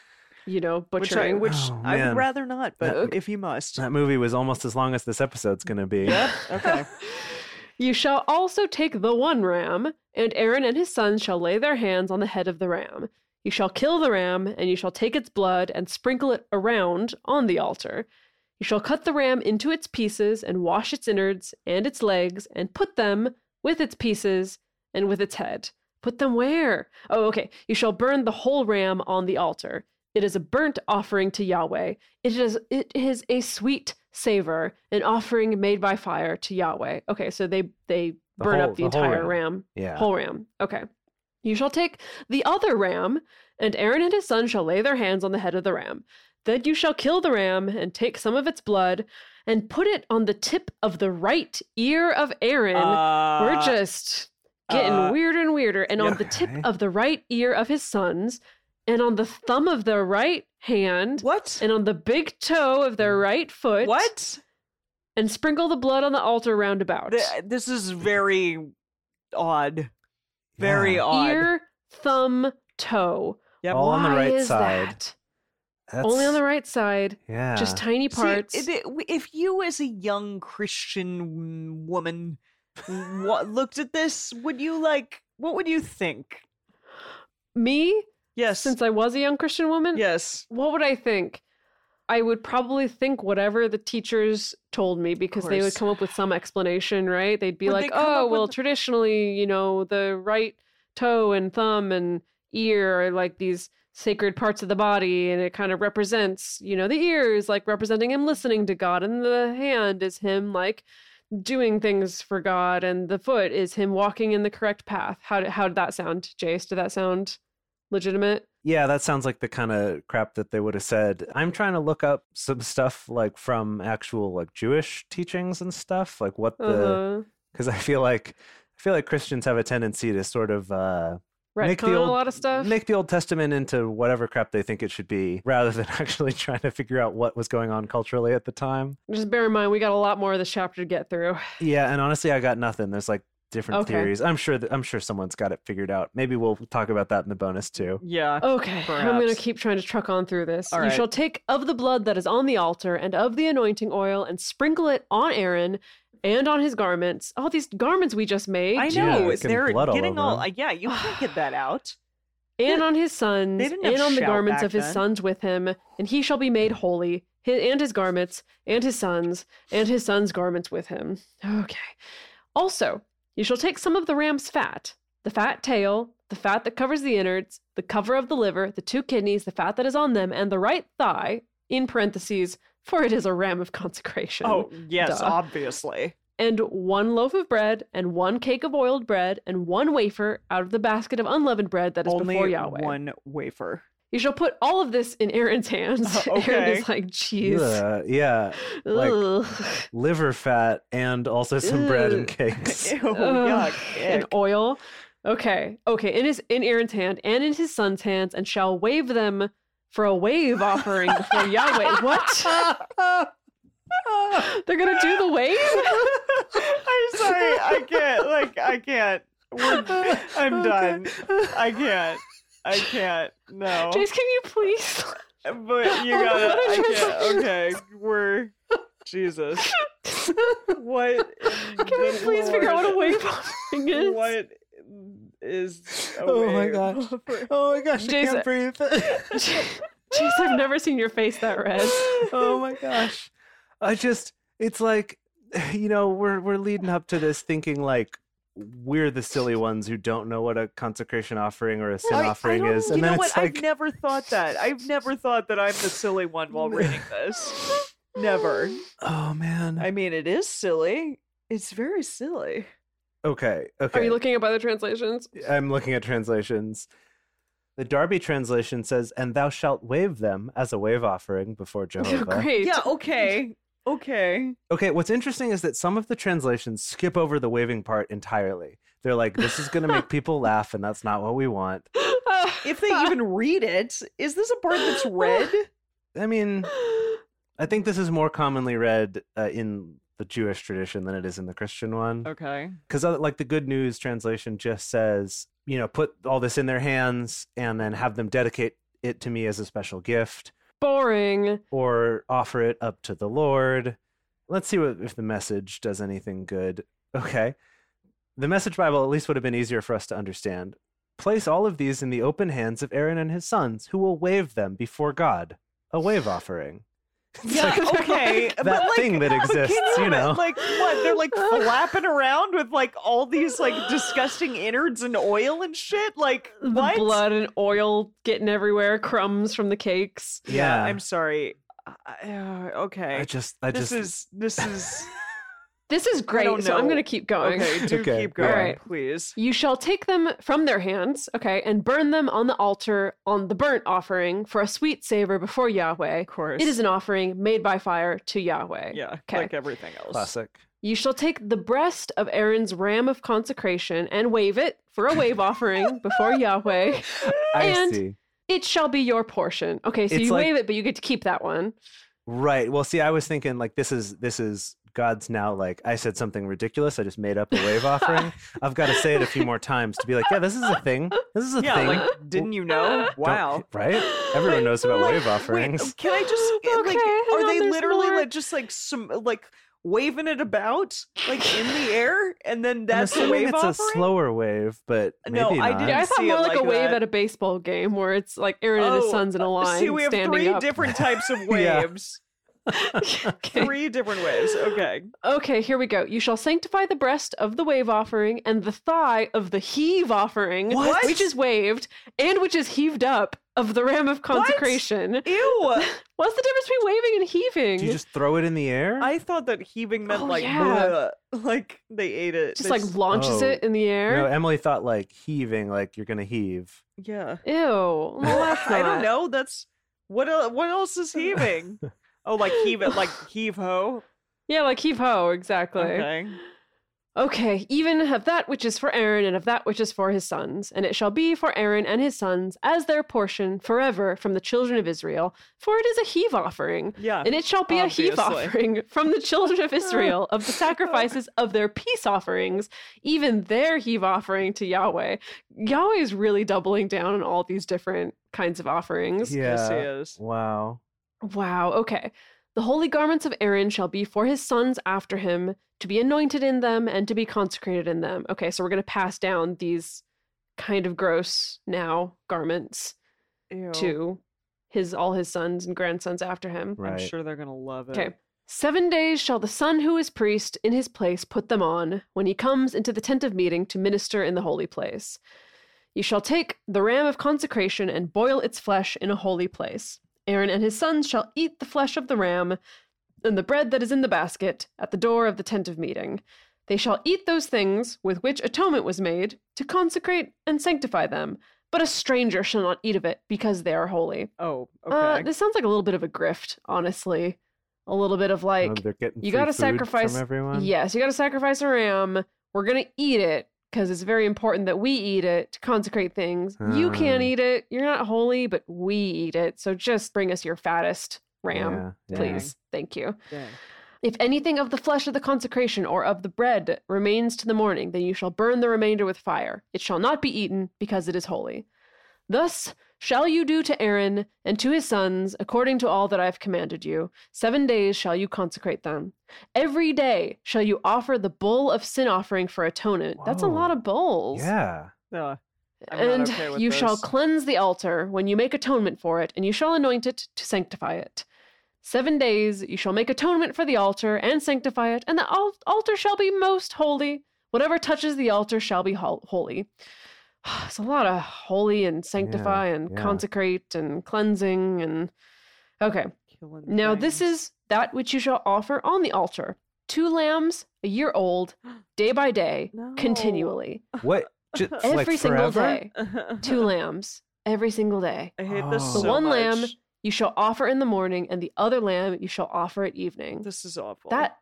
Speaker 4: you know,
Speaker 2: Which I,
Speaker 4: butchering.
Speaker 2: which
Speaker 3: Oh,
Speaker 2: I
Speaker 3: man.
Speaker 2: would rather not, but
Speaker 3: That-
Speaker 2: if you must.
Speaker 3: That movie was almost as long as this episode's going to be.
Speaker 2: Yep. Okay.
Speaker 4: You shall also take the one ram, and Aaron and his sons shall lay their hands on the head of the ram. You shall kill the ram, and you shall take its blood and sprinkle it around on the altar. You shall cut the ram into its pieces and wash its innards and its legs and put them with its pieces and with its head. Put them where? Oh, okay. You shall burn the whole ram on the altar. It is a burnt offering to Yahweh. It is it is a sweet savor, an offering made by fire to Yahweh. Okay, so they they
Speaker 3: The
Speaker 4: burn
Speaker 3: whole-
Speaker 4: up the,
Speaker 3: the whole
Speaker 4: entire
Speaker 3: ram.
Speaker 4: ram.
Speaker 3: Yeah.
Speaker 4: Whole ram. Okay. You shall take the other ram, and Aaron and his son shall lay their hands on the head of the ram. Then you shall kill the ram, and take some of its blood, and put it on the tip of the right ear of Aaron. We're
Speaker 2: Uh,
Speaker 4: just getting
Speaker 2: uh,
Speaker 4: weirder and weirder. And on the tip
Speaker 3: okay.
Speaker 4: of the right ear of his sons, and on the thumb of their right hand,
Speaker 2: What?
Speaker 4: and on the big toe of their right foot.
Speaker 2: What?
Speaker 4: And sprinkle the blood on the altar roundabout.
Speaker 2: Th- this is very odd. Very
Speaker 3: Yeah.
Speaker 2: odd.
Speaker 4: Ear, thumb, toe.
Speaker 2: Yep.
Speaker 3: All on the
Speaker 4: Why
Speaker 3: right
Speaker 4: is
Speaker 3: side.
Speaker 4: that?
Speaker 3: That's,
Speaker 4: Only on the right side,
Speaker 3: yeah.
Speaker 4: just tiny
Speaker 2: See,
Speaker 4: parts.
Speaker 2: it- it- if you, as a young Christian woman, [laughs] what, looked at this, would you like? What would you think?
Speaker 4: Me,
Speaker 2: Yes.
Speaker 4: since I was a young Christian woman,
Speaker 2: yes.
Speaker 4: what would I think? I would probably think whatever the teachers told me because they would
Speaker 2: course.
Speaker 4: come up with some explanation, right? They'd be
Speaker 2: Would they
Speaker 4: like,
Speaker 2: come up
Speaker 4: "Oh,
Speaker 2: with
Speaker 4: well,
Speaker 2: the-
Speaker 4: traditionally, you know, the right toe and thumb and ear are like these sacred parts of the body and it kind of represents, you know, the ear is like representing him listening to God and the hand is him like doing things for God and the foot is him walking in the correct path." How how did that sound, Jace? Did that sound legitimate?
Speaker 3: Yeah, that sounds like the kind of crap that they would have said. I'm trying to look up some stuff like from actual like Jewish teachings and stuff, like what the
Speaker 4: Uh-huh.
Speaker 3: because I feel like I feel like Christians have a tendency to sort of uh, make the
Speaker 4: Retcon
Speaker 3: old-
Speaker 4: a lot of stuff.
Speaker 3: make the Old Testament into whatever crap they think it should be, rather than [laughs] actually trying to figure out what was going on culturally at the time.
Speaker 4: Just bear in mind, we got a lot more of this chapter to get through.
Speaker 3: Yeah, and honestly, I got nothing. There's like different
Speaker 4: Okay.
Speaker 3: theories. I'm sure that I'm sure someone's got it figured out. Maybe we'll talk about that in the bonus too.
Speaker 2: Yeah.
Speaker 4: Okay, I'm going to
Speaker 2: Perhaps.
Speaker 4: keep trying to truck on through this.
Speaker 2: All
Speaker 4: you
Speaker 2: right.
Speaker 4: shall take of the blood that is on the altar and of the anointing oil and sprinkle it on Aaron and on his garments. All these garments we just made.
Speaker 2: I
Speaker 3: Yeah,
Speaker 2: know.
Speaker 3: it's getting
Speaker 2: they're
Speaker 3: blood all
Speaker 2: getting
Speaker 3: over
Speaker 2: all.
Speaker 3: them.
Speaker 2: uh, yeah, you can't get that
Speaker 3: [sighs]
Speaker 2: out.
Speaker 4: and on his sons,
Speaker 2: They didn't
Speaker 4: and
Speaker 2: have
Speaker 4: on the
Speaker 2: shout
Speaker 4: garments
Speaker 2: back
Speaker 4: of his
Speaker 2: then.
Speaker 4: sons with him, and he shall be made holy, his, and his garments, and his sons, and his sons' garments with him. Okay. Also, you shall take some of the ram's fat, the fat tail, the fat that covers the innards, the cover of the liver, the two kidneys, the fat that is on them, and the right thigh, in parentheses, for it is a ram of consecration
Speaker 2: Oh yes,
Speaker 4: Duh.
Speaker 2: obviously.
Speaker 4: and one loaf of bread, and one cake of oiled bread, and one wafer out of the basket of unleavened bread that is
Speaker 2: Only
Speaker 4: before Yahweh.
Speaker 2: one wafer. [laughs]
Speaker 4: You shall put all of this in Aaron's [laughs] hands.
Speaker 2: Uh,
Speaker 4: Aaron
Speaker 2: okay.
Speaker 4: is like, jeez.
Speaker 3: Yeah, yeah, like-
Speaker 4: Ugh.
Speaker 3: liver fat and also some bread and
Speaker 2: [laughs]
Speaker 4: Ew.
Speaker 3: cakes. [laughs]
Speaker 2: Ew,
Speaker 4: Ugh. [laughs]
Speaker 2: yuck,
Speaker 4: and
Speaker 2: ick.
Speaker 4: oil. Okay. Okay. In his in Aaron's hand and in his son's hands, and shall wave them for a wave offering before
Speaker 2: [laughs]
Speaker 4: Yahweh. What? They're gonna do the wave?
Speaker 2: [laughs] I'm sorry, I can't. Like, I can't.
Speaker 4: [laughs]
Speaker 2: We're, I'm done. I can't. I can't. No.
Speaker 4: Jace, can you please? [laughs]
Speaker 2: But you
Speaker 4: Oh,
Speaker 2: gotta.
Speaker 4: what a
Speaker 2: I can't.
Speaker 4: transition.
Speaker 2: Okay, we're.
Speaker 4: [laughs]
Speaker 2: Jesus. What? in
Speaker 4: Can we
Speaker 2: the
Speaker 4: please figure out what a
Speaker 2: Lord- [laughs]
Speaker 4: wave offering is? [laughs]
Speaker 2: What is. A
Speaker 3: [laughs] Oh my
Speaker 2: wave?
Speaker 3: gosh. Oh my gosh,
Speaker 4: Jason-
Speaker 3: I can't breathe.
Speaker 4: Jeez, I've never seen your face that red.
Speaker 3: [laughs] oh my gosh. I just it's like [sighs] you know, we're we're leading up to this thinking like we're the silly ones who don't know what a consecration offering or a sin
Speaker 2: I- I
Speaker 3: offering
Speaker 2: don't-
Speaker 3: is.
Speaker 2: You
Speaker 3: And
Speaker 2: know
Speaker 3: then
Speaker 2: what?
Speaker 3: it's like
Speaker 2: I've never thought that. I've never thought that I'm the silly one while reading this. Never.
Speaker 3: Oh man.
Speaker 2: I mean, it is silly. It's very silly.
Speaker 3: okay. Okay.
Speaker 4: Are you looking up other translations?
Speaker 3: I'm looking at translations. The Darby translation says, "And thou shalt wave them as a wave offering before Jehovah."
Speaker 4: [laughs] Great.
Speaker 2: Yeah. Okay. Okay.
Speaker 3: Okay, what's interesting is that some of the translations skip over the waving part entirely. They're like, this is going to make people laugh, and that's not what we want.
Speaker 2: If
Speaker 3: [laughs]
Speaker 2: they even read it, is this a part that's read?
Speaker 3: I mean, I think this is more commonly read uh, in the Jewish tradition than it is in the Christian one.
Speaker 2: Okay.
Speaker 3: Because, like, the Good News translation just says, you know, put all this in their hands and then have them dedicate it to me as a special gift
Speaker 4: [laughs] boring.
Speaker 3: or offer it up to the Lord. Let's see what, if the message does anything good. Okay. The message Bible at least would have been easier for us to understand. Place all of these in the open hands of Aaron and his sons, who will wave them before God.
Speaker 2: [sighs]
Speaker 3: A wave offering. It's
Speaker 2: Yeah. [laughs]
Speaker 3: like
Speaker 2: okay.
Speaker 3: that
Speaker 2: but like,
Speaker 3: thing that
Speaker 2: but [laughs] can
Speaker 3: exists, you, know.
Speaker 2: Like what? They're
Speaker 3: [laughs]
Speaker 2: like flapping around with like all these like disgusting innards and oil and shit. Like
Speaker 4: The
Speaker 2: what?
Speaker 4: blood and oil getting everywhere, crumbs from the cakes.
Speaker 2: Yeah. I'm sorry. I- uh, okay.
Speaker 3: I just, I
Speaker 2: this
Speaker 3: just,
Speaker 2: is this is
Speaker 4: This is great,
Speaker 2: don't
Speaker 4: so I'm
Speaker 2: know.
Speaker 4: going to keep going.
Speaker 2: okay. Do
Speaker 3: Okay,
Speaker 2: keep going,
Speaker 4: alright.
Speaker 2: please.
Speaker 4: You shall take them from their hands, okay, and burn them on the altar on the burnt offering for a sweet savor before Yahweh.
Speaker 2: Of course.
Speaker 4: It is an offering made by fire to Yahweh.
Speaker 2: Yeah.
Speaker 4: Okay.
Speaker 2: Like everything else.
Speaker 3: classic.
Speaker 4: You shall take the breast of Aaron's ram of consecration and wave it for a wave [laughs] offering before Yahweh.
Speaker 3: I
Speaker 4: And-
Speaker 3: see.
Speaker 4: It shall be your portion. Okay, so
Speaker 3: It's
Speaker 4: you
Speaker 3: like-
Speaker 4: wave it, but you get to keep that one.
Speaker 3: Right. Well, see, I was thinking like this is this is God's now like I said something ridiculous. I just made up a
Speaker 2: [laughs]
Speaker 3: wave offering. I've got to say it a few more times to be like, yeah, this is a thing. This is a
Speaker 2: [laughs] Yeah,
Speaker 3: thing.
Speaker 2: like didn't you know?
Speaker 3: Don't-
Speaker 2: Wow.
Speaker 3: Right? Everyone knows about wave
Speaker 2: Wait,
Speaker 3: offerings.
Speaker 2: can I just
Speaker 4: Okay,
Speaker 2: like
Speaker 4: hang
Speaker 2: are
Speaker 4: on,
Speaker 2: they
Speaker 4: there's
Speaker 2: literally
Speaker 4: more.
Speaker 2: like just like some like waving it about like in the air, and then that's
Speaker 3: I'm
Speaker 2: the
Speaker 3: assuming
Speaker 2: wave
Speaker 3: it's
Speaker 2: offering. Uh,
Speaker 3: a slower wave, but maybe
Speaker 2: No, I
Speaker 3: not.
Speaker 2: didn't
Speaker 4: Yeah, I
Speaker 2: see
Speaker 4: thought
Speaker 2: it
Speaker 4: more like,
Speaker 2: like
Speaker 4: a wave
Speaker 2: that.
Speaker 4: at a baseball game where it's like Aaron and his
Speaker 2: Oh,
Speaker 4: sons in a line
Speaker 2: See, we have
Speaker 4: standing
Speaker 2: three
Speaker 4: up.
Speaker 2: different types of
Speaker 3: Yeah.
Speaker 2: waves.
Speaker 4: [laughs] okay.
Speaker 2: Three different [laughs] waves. Okay.
Speaker 4: okay, here we go. You shall sanctify the breast of the wave offering and the thigh of the heave offering,
Speaker 2: What?
Speaker 4: which is waved and which is heaved up of the ram of consecration.
Speaker 2: Ew.
Speaker 4: What's the difference between waving and heaving?
Speaker 3: Do you just throw it in the air?
Speaker 2: I thought that heaving meant
Speaker 4: Oh,
Speaker 2: like
Speaker 4: yeah.
Speaker 2: bleh, like they ate it.
Speaker 4: Just,
Speaker 2: They
Speaker 4: like launches
Speaker 3: Oh.
Speaker 4: it in the air.
Speaker 3: no, Emily thought like heaving, like you're gonna heave.
Speaker 2: yeah.
Speaker 4: Ew. Well, that's
Speaker 2: Oh, [laughs] I don't
Speaker 4: not-
Speaker 2: know. That's what. el- What else is [laughs] heaving? oh, like heave it, like heave ho.
Speaker 4: Yeah, like heave ho, exactly.
Speaker 2: Okay.
Speaker 4: Okay, even of that which is for Aaron and of that which is for his sons, and it shall be for Aaron and his sons as their portion forever from the children of Israel, for it is a heave offering.
Speaker 2: Yeah.
Speaker 4: And it shall be a heave
Speaker 2: obviously.
Speaker 4: offering from the children of Israel of the sacrifices of their peace offerings, even their heave offering to Yahweh. Yahweh is really doubling down on all these different kinds of offerings.
Speaker 2: Yes, he is.
Speaker 3: Wow.
Speaker 4: Wow. Okay. The holy garments of Aaron shall be for his sons after him to be anointed in them and to be consecrated in them. Okay, so we're going to pass down these kind of gross now garments
Speaker 2: Ew.
Speaker 4: to his all his sons and grandsons after him.
Speaker 3: Right.
Speaker 2: I'm sure they're gonna love it.
Speaker 4: Okay. Seven days shall the son who is priest in his place put them on when he comes into the tent of meeting to minister in the holy place. You shall take the ram of consecration and boil its flesh in a holy place. Aaron and his sons shall eat the flesh of the ram and the bread that is in the basket at the door of the tent of meeting. They shall eat those things with which atonement was made to consecrate and sanctify them, but a stranger shall not eat of it because they are holy.
Speaker 2: Oh. Okay.
Speaker 4: Uh, this sounds like a little bit of a grift, honestly. A little bit of
Speaker 3: Oh,
Speaker 4: like,
Speaker 3: they're getting
Speaker 4: you
Speaker 3: free
Speaker 4: gotta
Speaker 3: food
Speaker 4: sacrifice-
Speaker 3: from everyone.
Speaker 4: yes, you got to sacrifice a ram. We're going to eat it because it's very important that we eat it to consecrate things. You can't
Speaker 3: Ah.
Speaker 4: eat it. You're not holy, but we eat it. So just bring us your fattest ram,
Speaker 3: Yeah, yeah.
Speaker 4: please. Thank you.
Speaker 2: Dang.
Speaker 4: If anything of the flesh of the consecration or of the bread remains to the morning, then you shall burn the remainder with fire. It shall not be eaten, because it is holy. Thus shall you do to Aaron and to his sons according to all that I have commanded you. Seven days shall you consecrate them. Every day shall you offer the bull of sin offering for atonement. That's a
Speaker 3: Whoa.
Speaker 4: lot of bulls.
Speaker 3: Yeah.
Speaker 2: No, I'm not
Speaker 4: And
Speaker 2: okay with
Speaker 4: you shall
Speaker 2: this.
Speaker 4: cleanse the altar when you make atonement for it, and you shall anoint it to sanctify it. Seven days you shall make atonement for the altar and sanctify it, and the al- altar shall be most holy. Whatever touches the altar shall be hol- holy. [sighs] It's a lot of holy and sanctify and
Speaker 3: yeah.
Speaker 4: consecrate and cleansing and. Okay.
Speaker 2: Killing
Speaker 4: Now, this
Speaker 2: things.
Speaker 4: is that which you shall offer on the altar two lambs, a year
Speaker 2: [gasps]
Speaker 4: old, day by day,
Speaker 2: No. [laughs]
Speaker 4: continually.
Speaker 3: What? Just,
Speaker 4: Every
Speaker 3: like
Speaker 4: single
Speaker 3: forever?
Speaker 4: day two lambs every single day.
Speaker 2: I hate this.
Speaker 3: The
Speaker 2: so
Speaker 4: one
Speaker 2: much.
Speaker 4: lamb- You shall offer in the morning, and the other lamb you shall offer at evening.
Speaker 2: This is awful.
Speaker 4: that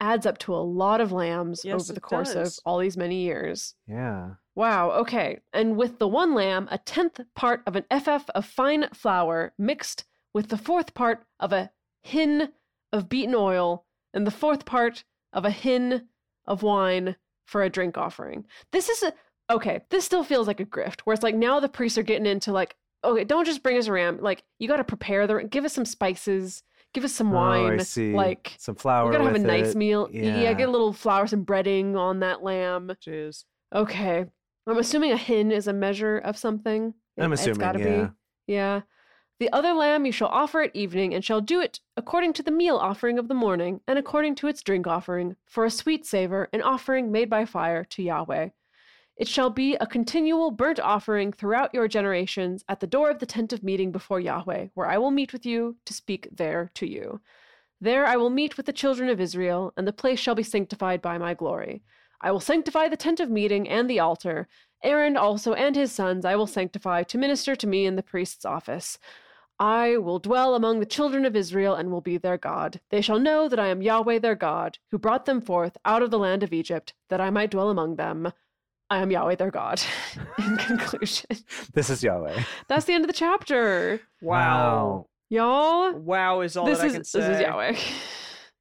Speaker 4: adds up to a lot of lambs
Speaker 2: Yes,
Speaker 4: over the
Speaker 2: it
Speaker 4: course
Speaker 2: does.
Speaker 4: of all these many years.
Speaker 3: Yeah.
Speaker 4: Wow, okay. And with the one lamb, a tenth part of an FF of fine flour mixed with the fourth part of a hin of beaten oil and the fourth part of a hin of wine for a drink offering. This is a okay, this still feels like a grift where it's like now the priests are getting into like, okay, don't just bring us a ram. Like, you got to prepare the give us some spices, give us some wine.
Speaker 3: Oh, I see.
Speaker 4: Like,
Speaker 3: some flour.
Speaker 4: we got to have a
Speaker 3: with
Speaker 4: nice
Speaker 3: it.
Speaker 4: [laughs] meal. yeah,
Speaker 3: Yeah.
Speaker 4: get a little flour, some breading on that lamb.
Speaker 2: Jeez.
Speaker 4: Okay. I'm assuming a hin is a measure of something.
Speaker 3: I'm
Speaker 4: It-
Speaker 3: assuming,
Speaker 4: It's gotta
Speaker 3: yeah.
Speaker 4: be. Yeah. The other lamb you shall offer at evening, and shall do it according to the meal offering of the morning, and according to its drink offering, for a sweet savor, an offering made by fire to Yahweh. It shall be a continual burnt offering throughout your generations at the door of the tent of meeting before Yahweh, where I will meet with you to speak there to you. There I will meet with the children of Israel, and the place shall be sanctified by my glory. I will sanctify the tent of meeting and the altar. Aaron also and his sons I will sanctify to minister to me in the priest's office. I will dwell among the children of Israel and will be their God. They shall know that I am Yahweh their God, who brought them forth out of the land of Egypt, that I might dwell among them. I am Yahweh their God. [laughs]
Speaker 2: [laughs]
Speaker 4: in conclusion,
Speaker 3: This is [laughs] Yahweh.
Speaker 4: that's the end of the chapter.
Speaker 2: Wow.
Speaker 4: Y'all,
Speaker 2: Wow is all
Speaker 4: this
Speaker 2: that
Speaker 4: is
Speaker 2: I can
Speaker 4: this
Speaker 2: say.
Speaker 4: is Yahweh.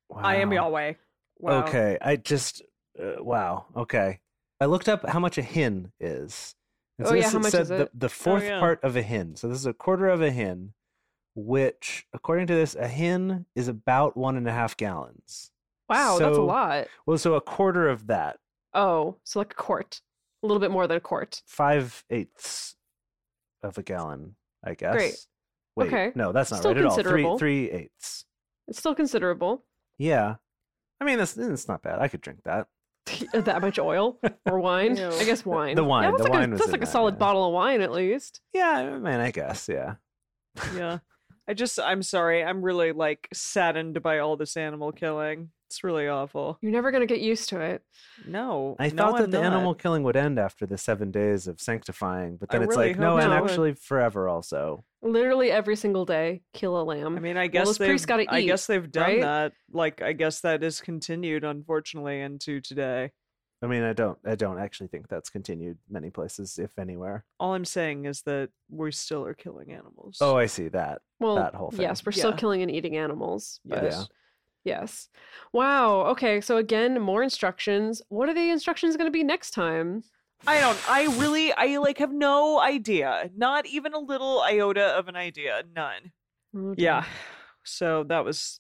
Speaker 3: Wow.
Speaker 2: I am
Speaker 3: Wow.
Speaker 2: Yahweh. Wow.
Speaker 3: Okay. I just. Uh, wow. Okay. I looked up how much a hin is. And
Speaker 4: Oh,
Speaker 3: so
Speaker 4: yeah,
Speaker 3: this-
Speaker 4: how much
Speaker 3: said
Speaker 4: is
Speaker 3: The,
Speaker 4: it?
Speaker 3: the fourth
Speaker 2: yeah.
Speaker 3: part of a hin. So this is a quarter of a hin, which, according to this, a hin is about one and a half gallons.
Speaker 4: Wow, that's a
Speaker 3: So-
Speaker 4: lot.
Speaker 3: Well, so a quarter of that,
Speaker 4: Oh, so like a quart. A little bit more than a quart.
Speaker 3: five eighths of a gallon, I guess. Wait,
Speaker 4: Okay.
Speaker 3: No, that's not
Speaker 4: Still
Speaker 3: right at all. Three
Speaker 4: considerable.
Speaker 3: three eighths.
Speaker 4: It's still considerable.
Speaker 3: Yeah. I mean, that's it's not bad. I could drink that.
Speaker 4: uh, that much oil or wine.
Speaker 5: Ew.
Speaker 4: I guess wine.
Speaker 3: The wine,
Speaker 4: Yeah, that's
Speaker 3: the
Speaker 4: like
Speaker 3: wine
Speaker 4: a,
Speaker 3: was
Speaker 4: that's
Speaker 3: in
Speaker 4: like a
Speaker 3: that,
Speaker 4: solid
Speaker 3: yeah.
Speaker 4: bottle of wine at least.
Speaker 3: Yeah, I mean, I guess. Yeah.
Speaker 2: Yeah. I just, I'm sorry. I'm really like saddened by all this animal killing. It's really awful.
Speaker 4: You're never gonna get used to it.
Speaker 2: No.
Speaker 3: I
Speaker 2: no,
Speaker 3: thought that
Speaker 2: I'm
Speaker 3: the
Speaker 2: not.
Speaker 3: animal killing would end after the seven days of sanctifying, but
Speaker 2: I
Speaker 3: then it's
Speaker 2: really
Speaker 3: like, no,
Speaker 2: hope
Speaker 3: and
Speaker 4: so.
Speaker 3: actually forever also.
Speaker 4: Literally every single day, kill a lamb.
Speaker 2: I mean, I guess
Speaker 4: those
Speaker 2: they've,
Speaker 4: priests gotta
Speaker 2: I
Speaker 4: eat,
Speaker 2: guess they've done
Speaker 4: right?
Speaker 2: that. Like, I guess that is continued, unfortunately, into today.
Speaker 3: I mean, I don't, I don't actually think that's continued many places, if anywhere.
Speaker 2: All I'm saying is that we still are killing animals.
Speaker 3: Oh, I see that.
Speaker 4: well,
Speaker 3: that whole
Speaker 4: yes,
Speaker 3: thing.
Speaker 4: we're still
Speaker 2: Yeah.
Speaker 4: killing and eating animals.
Speaker 3: Yeah.
Speaker 4: but Yes. Wow. Okay. So again, more instructions. What are the instructions going to be next time?
Speaker 2: I don't. I really. I like have no idea. Not even a little iota of an idea. None.
Speaker 4: Oh, dear.
Speaker 2: Yeah. So that was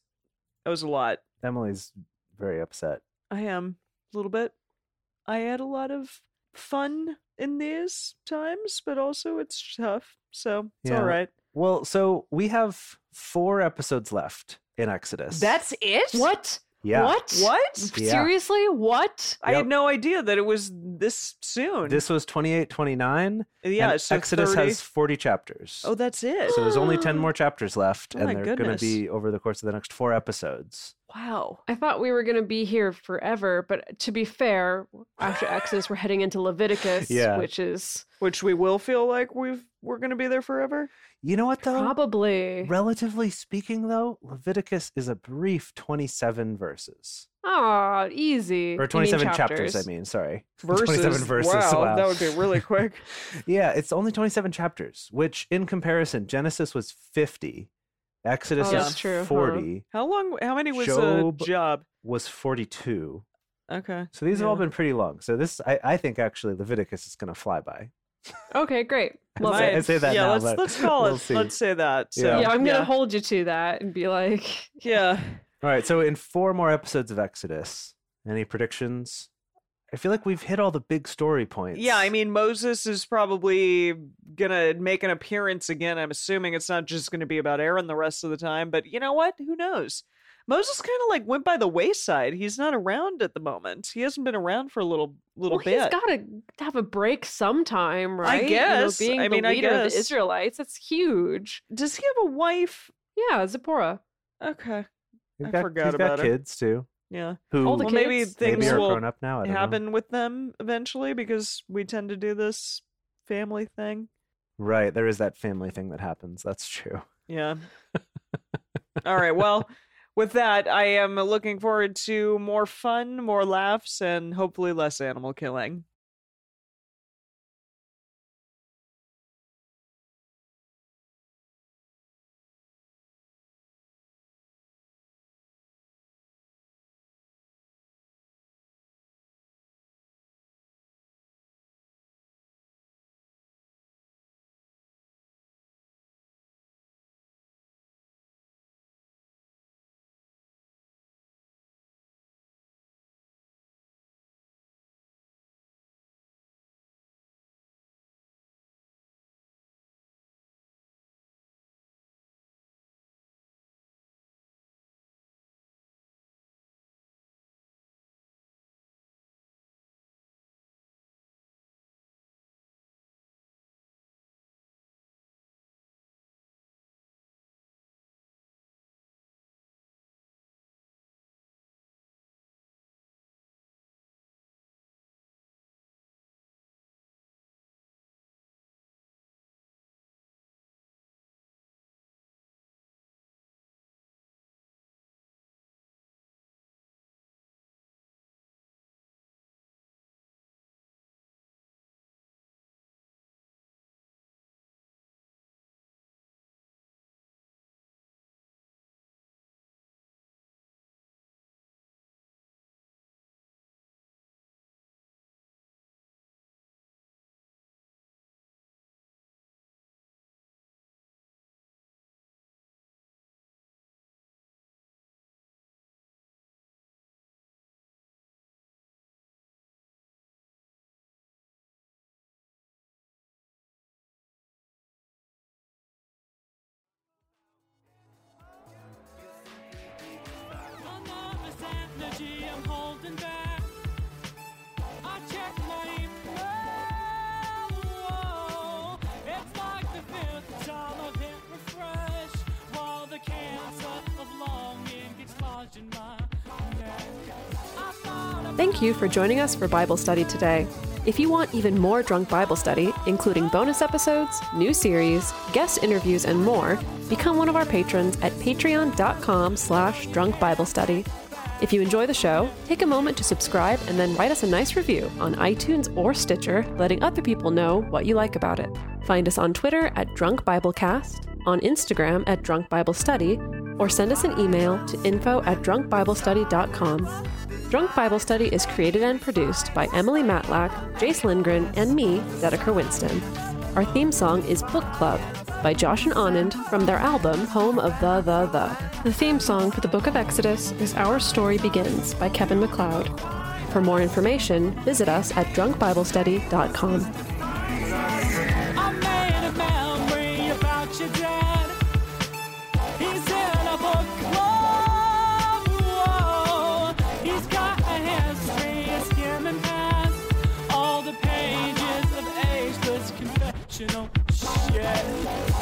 Speaker 2: that was a lot.
Speaker 3: Emily's very upset.
Speaker 2: I am a little bit. I had a lot of fun in these times, but also it's tough. So it's
Speaker 3: Yeah.
Speaker 2: all right.
Speaker 3: Well, so we have four episodes left in Exodus.
Speaker 5: That's it?
Speaker 4: What?
Speaker 3: yeah.
Speaker 4: What?
Speaker 5: What?
Speaker 3: Yeah.
Speaker 4: Seriously? What?
Speaker 2: [laughs] I had
Speaker 3: Yep.
Speaker 2: no idea that it was this soon.
Speaker 3: This was 28, 29.
Speaker 2: yeah.
Speaker 3: and
Speaker 2: so
Speaker 3: Exodus
Speaker 2: 30
Speaker 3: has 40 chapters.
Speaker 2: Oh, that's it.
Speaker 3: so there's [gasps] only 10 more chapters left,
Speaker 2: Oh
Speaker 3: and
Speaker 2: my
Speaker 3: they're going to
Speaker 2: goodness.
Speaker 3: be over the course of the next four episodes.
Speaker 5: Wow.
Speaker 4: I thought we were going to be here forever, but to be fair, after Exodus, we're heading into Leviticus,
Speaker 3: Yeah.
Speaker 4: which is
Speaker 2: Which we will feel like we've we're gonna be there
Speaker 3: [laughs]
Speaker 2: forever.
Speaker 3: You know what, though?
Speaker 4: probably.
Speaker 3: Relatively speaking, though, Leviticus is a brief 27 verses.
Speaker 4: Ah, easy.
Speaker 3: Or 27 chapters. I mean, sorry. [laughs]
Speaker 2: Versus
Speaker 3: 27 verses.
Speaker 2: Wow,
Speaker 3: wow.
Speaker 2: that would be really
Speaker 3: [laughs]
Speaker 2: quick.
Speaker 3: yeah, it's only 27 chapters, which in comparison, Genesis was 50, Exodus
Speaker 4: Oh,
Speaker 3: is
Speaker 4: that's true, huh.
Speaker 3: 40,
Speaker 2: How long? How many was
Speaker 3: Job-
Speaker 2: a job?
Speaker 3: was 42.
Speaker 2: Okay.
Speaker 3: So these have all
Speaker 2: Yeah.
Speaker 3: been pretty long. So this, I, I think actually Leviticus is going to fly by.
Speaker 2: [laughs]
Speaker 4: Okay, great. Love
Speaker 2: My-
Speaker 3: I
Speaker 4: it.
Speaker 3: say that
Speaker 2: yeah,
Speaker 3: now,
Speaker 2: let's
Speaker 3: but
Speaker 2: let's call
Speaker 3: we'll
Speaker 2: it.
Speaker 3: see.
Speaker 2: Let's say that. So,
Speaker 3: Yeah.
Speaker 4: Yeah, I'm going to
Speaker 2: yeah.
Speaker 4: hold you to that and be like,
Speaker 2: Yeah.
Speaker 3: All right. So in four more episodes of Exodus, any predictions? I feel like we've hit all the big story points.
Speaker 2: Yeah, I mean Moses is probably gonna make an appearance again. I'm assuming it's not just gonna be about Aaron the rest of the time, but you know what? Who knows? Moses kind of like went by the wayside. He's not around at the moment. He hasn't been around for a little little
Speaker 4: well,
Speaker 2: bit.
Speaker 4: he's got to have a break sometime, right? You know,
Speaker 2: guess.
Speaker 4: being
Speaker 2: I
Speaker 4: the
Speaker 2: mean, I
Speaker 4: leader of
Speaker 2: guess.
Speaker 4: the Israelites, that's huge.
Speaker 2: Does he have a wife?
Speaker 4: Yeah, Zipporah.
Speaker 2: Okay.
Speaker 3: We've
Speaker 2: I
Speaker 3: got,
Speaker 2: forgot
Speaker 3: he's got
Speaker 2: about her.
Speaker 3: kids too,
Speaker 2: Yeah.
Speaker 3: who
Speaker 4: All the
Speaker 2: Well, maybe
Speaker 4: kids?
Speaker 2: things
Speaker 3: maybe are
Speaker 2: will
Speaker 3: grown up now. I don't know.
Speaker 2: happen with them eventually because we tend to do this family thing.
Speaker 3: Right. There is that family thing that happens. That's true.
Speaker 2: Yeah. All right. Well, with that, I am looking forward to more fun, more laughs, and hopefully less animal killing.
Speaker 4: Thank you for joining us for Bible study today. If you want even more Drunk Bible Study, including bonus episodes, new series, guest interviews, and more, become one of our patrons at patreon.com slash drunk Bible study. If you enjoy the show, take a moment to subscribe and then write us a nice review on iTunes or Stitcher, letting other people know what you like about it. Find us on Twitter at Drunk Biblecast, on Instagram at Drunk Bible Study, or send us an email to info at drunkbiblestudy.com. Drunk Bible Study is created and produced by Emily Matlack, Jace Lindgren, and me, Dedeker Winston. Our theme song is Book Club by Josh and Anand from their album Home of the The The. The theme song for the Book of Exodus is Our Story Begins by Kevin McLeod. For more information, visit us at drunkbiblestudy.com.
Speaker 1: I made a memory about your dad. He's in a book club. Whoa. He's got a history of skimming past all the pages of ageless confessional shit.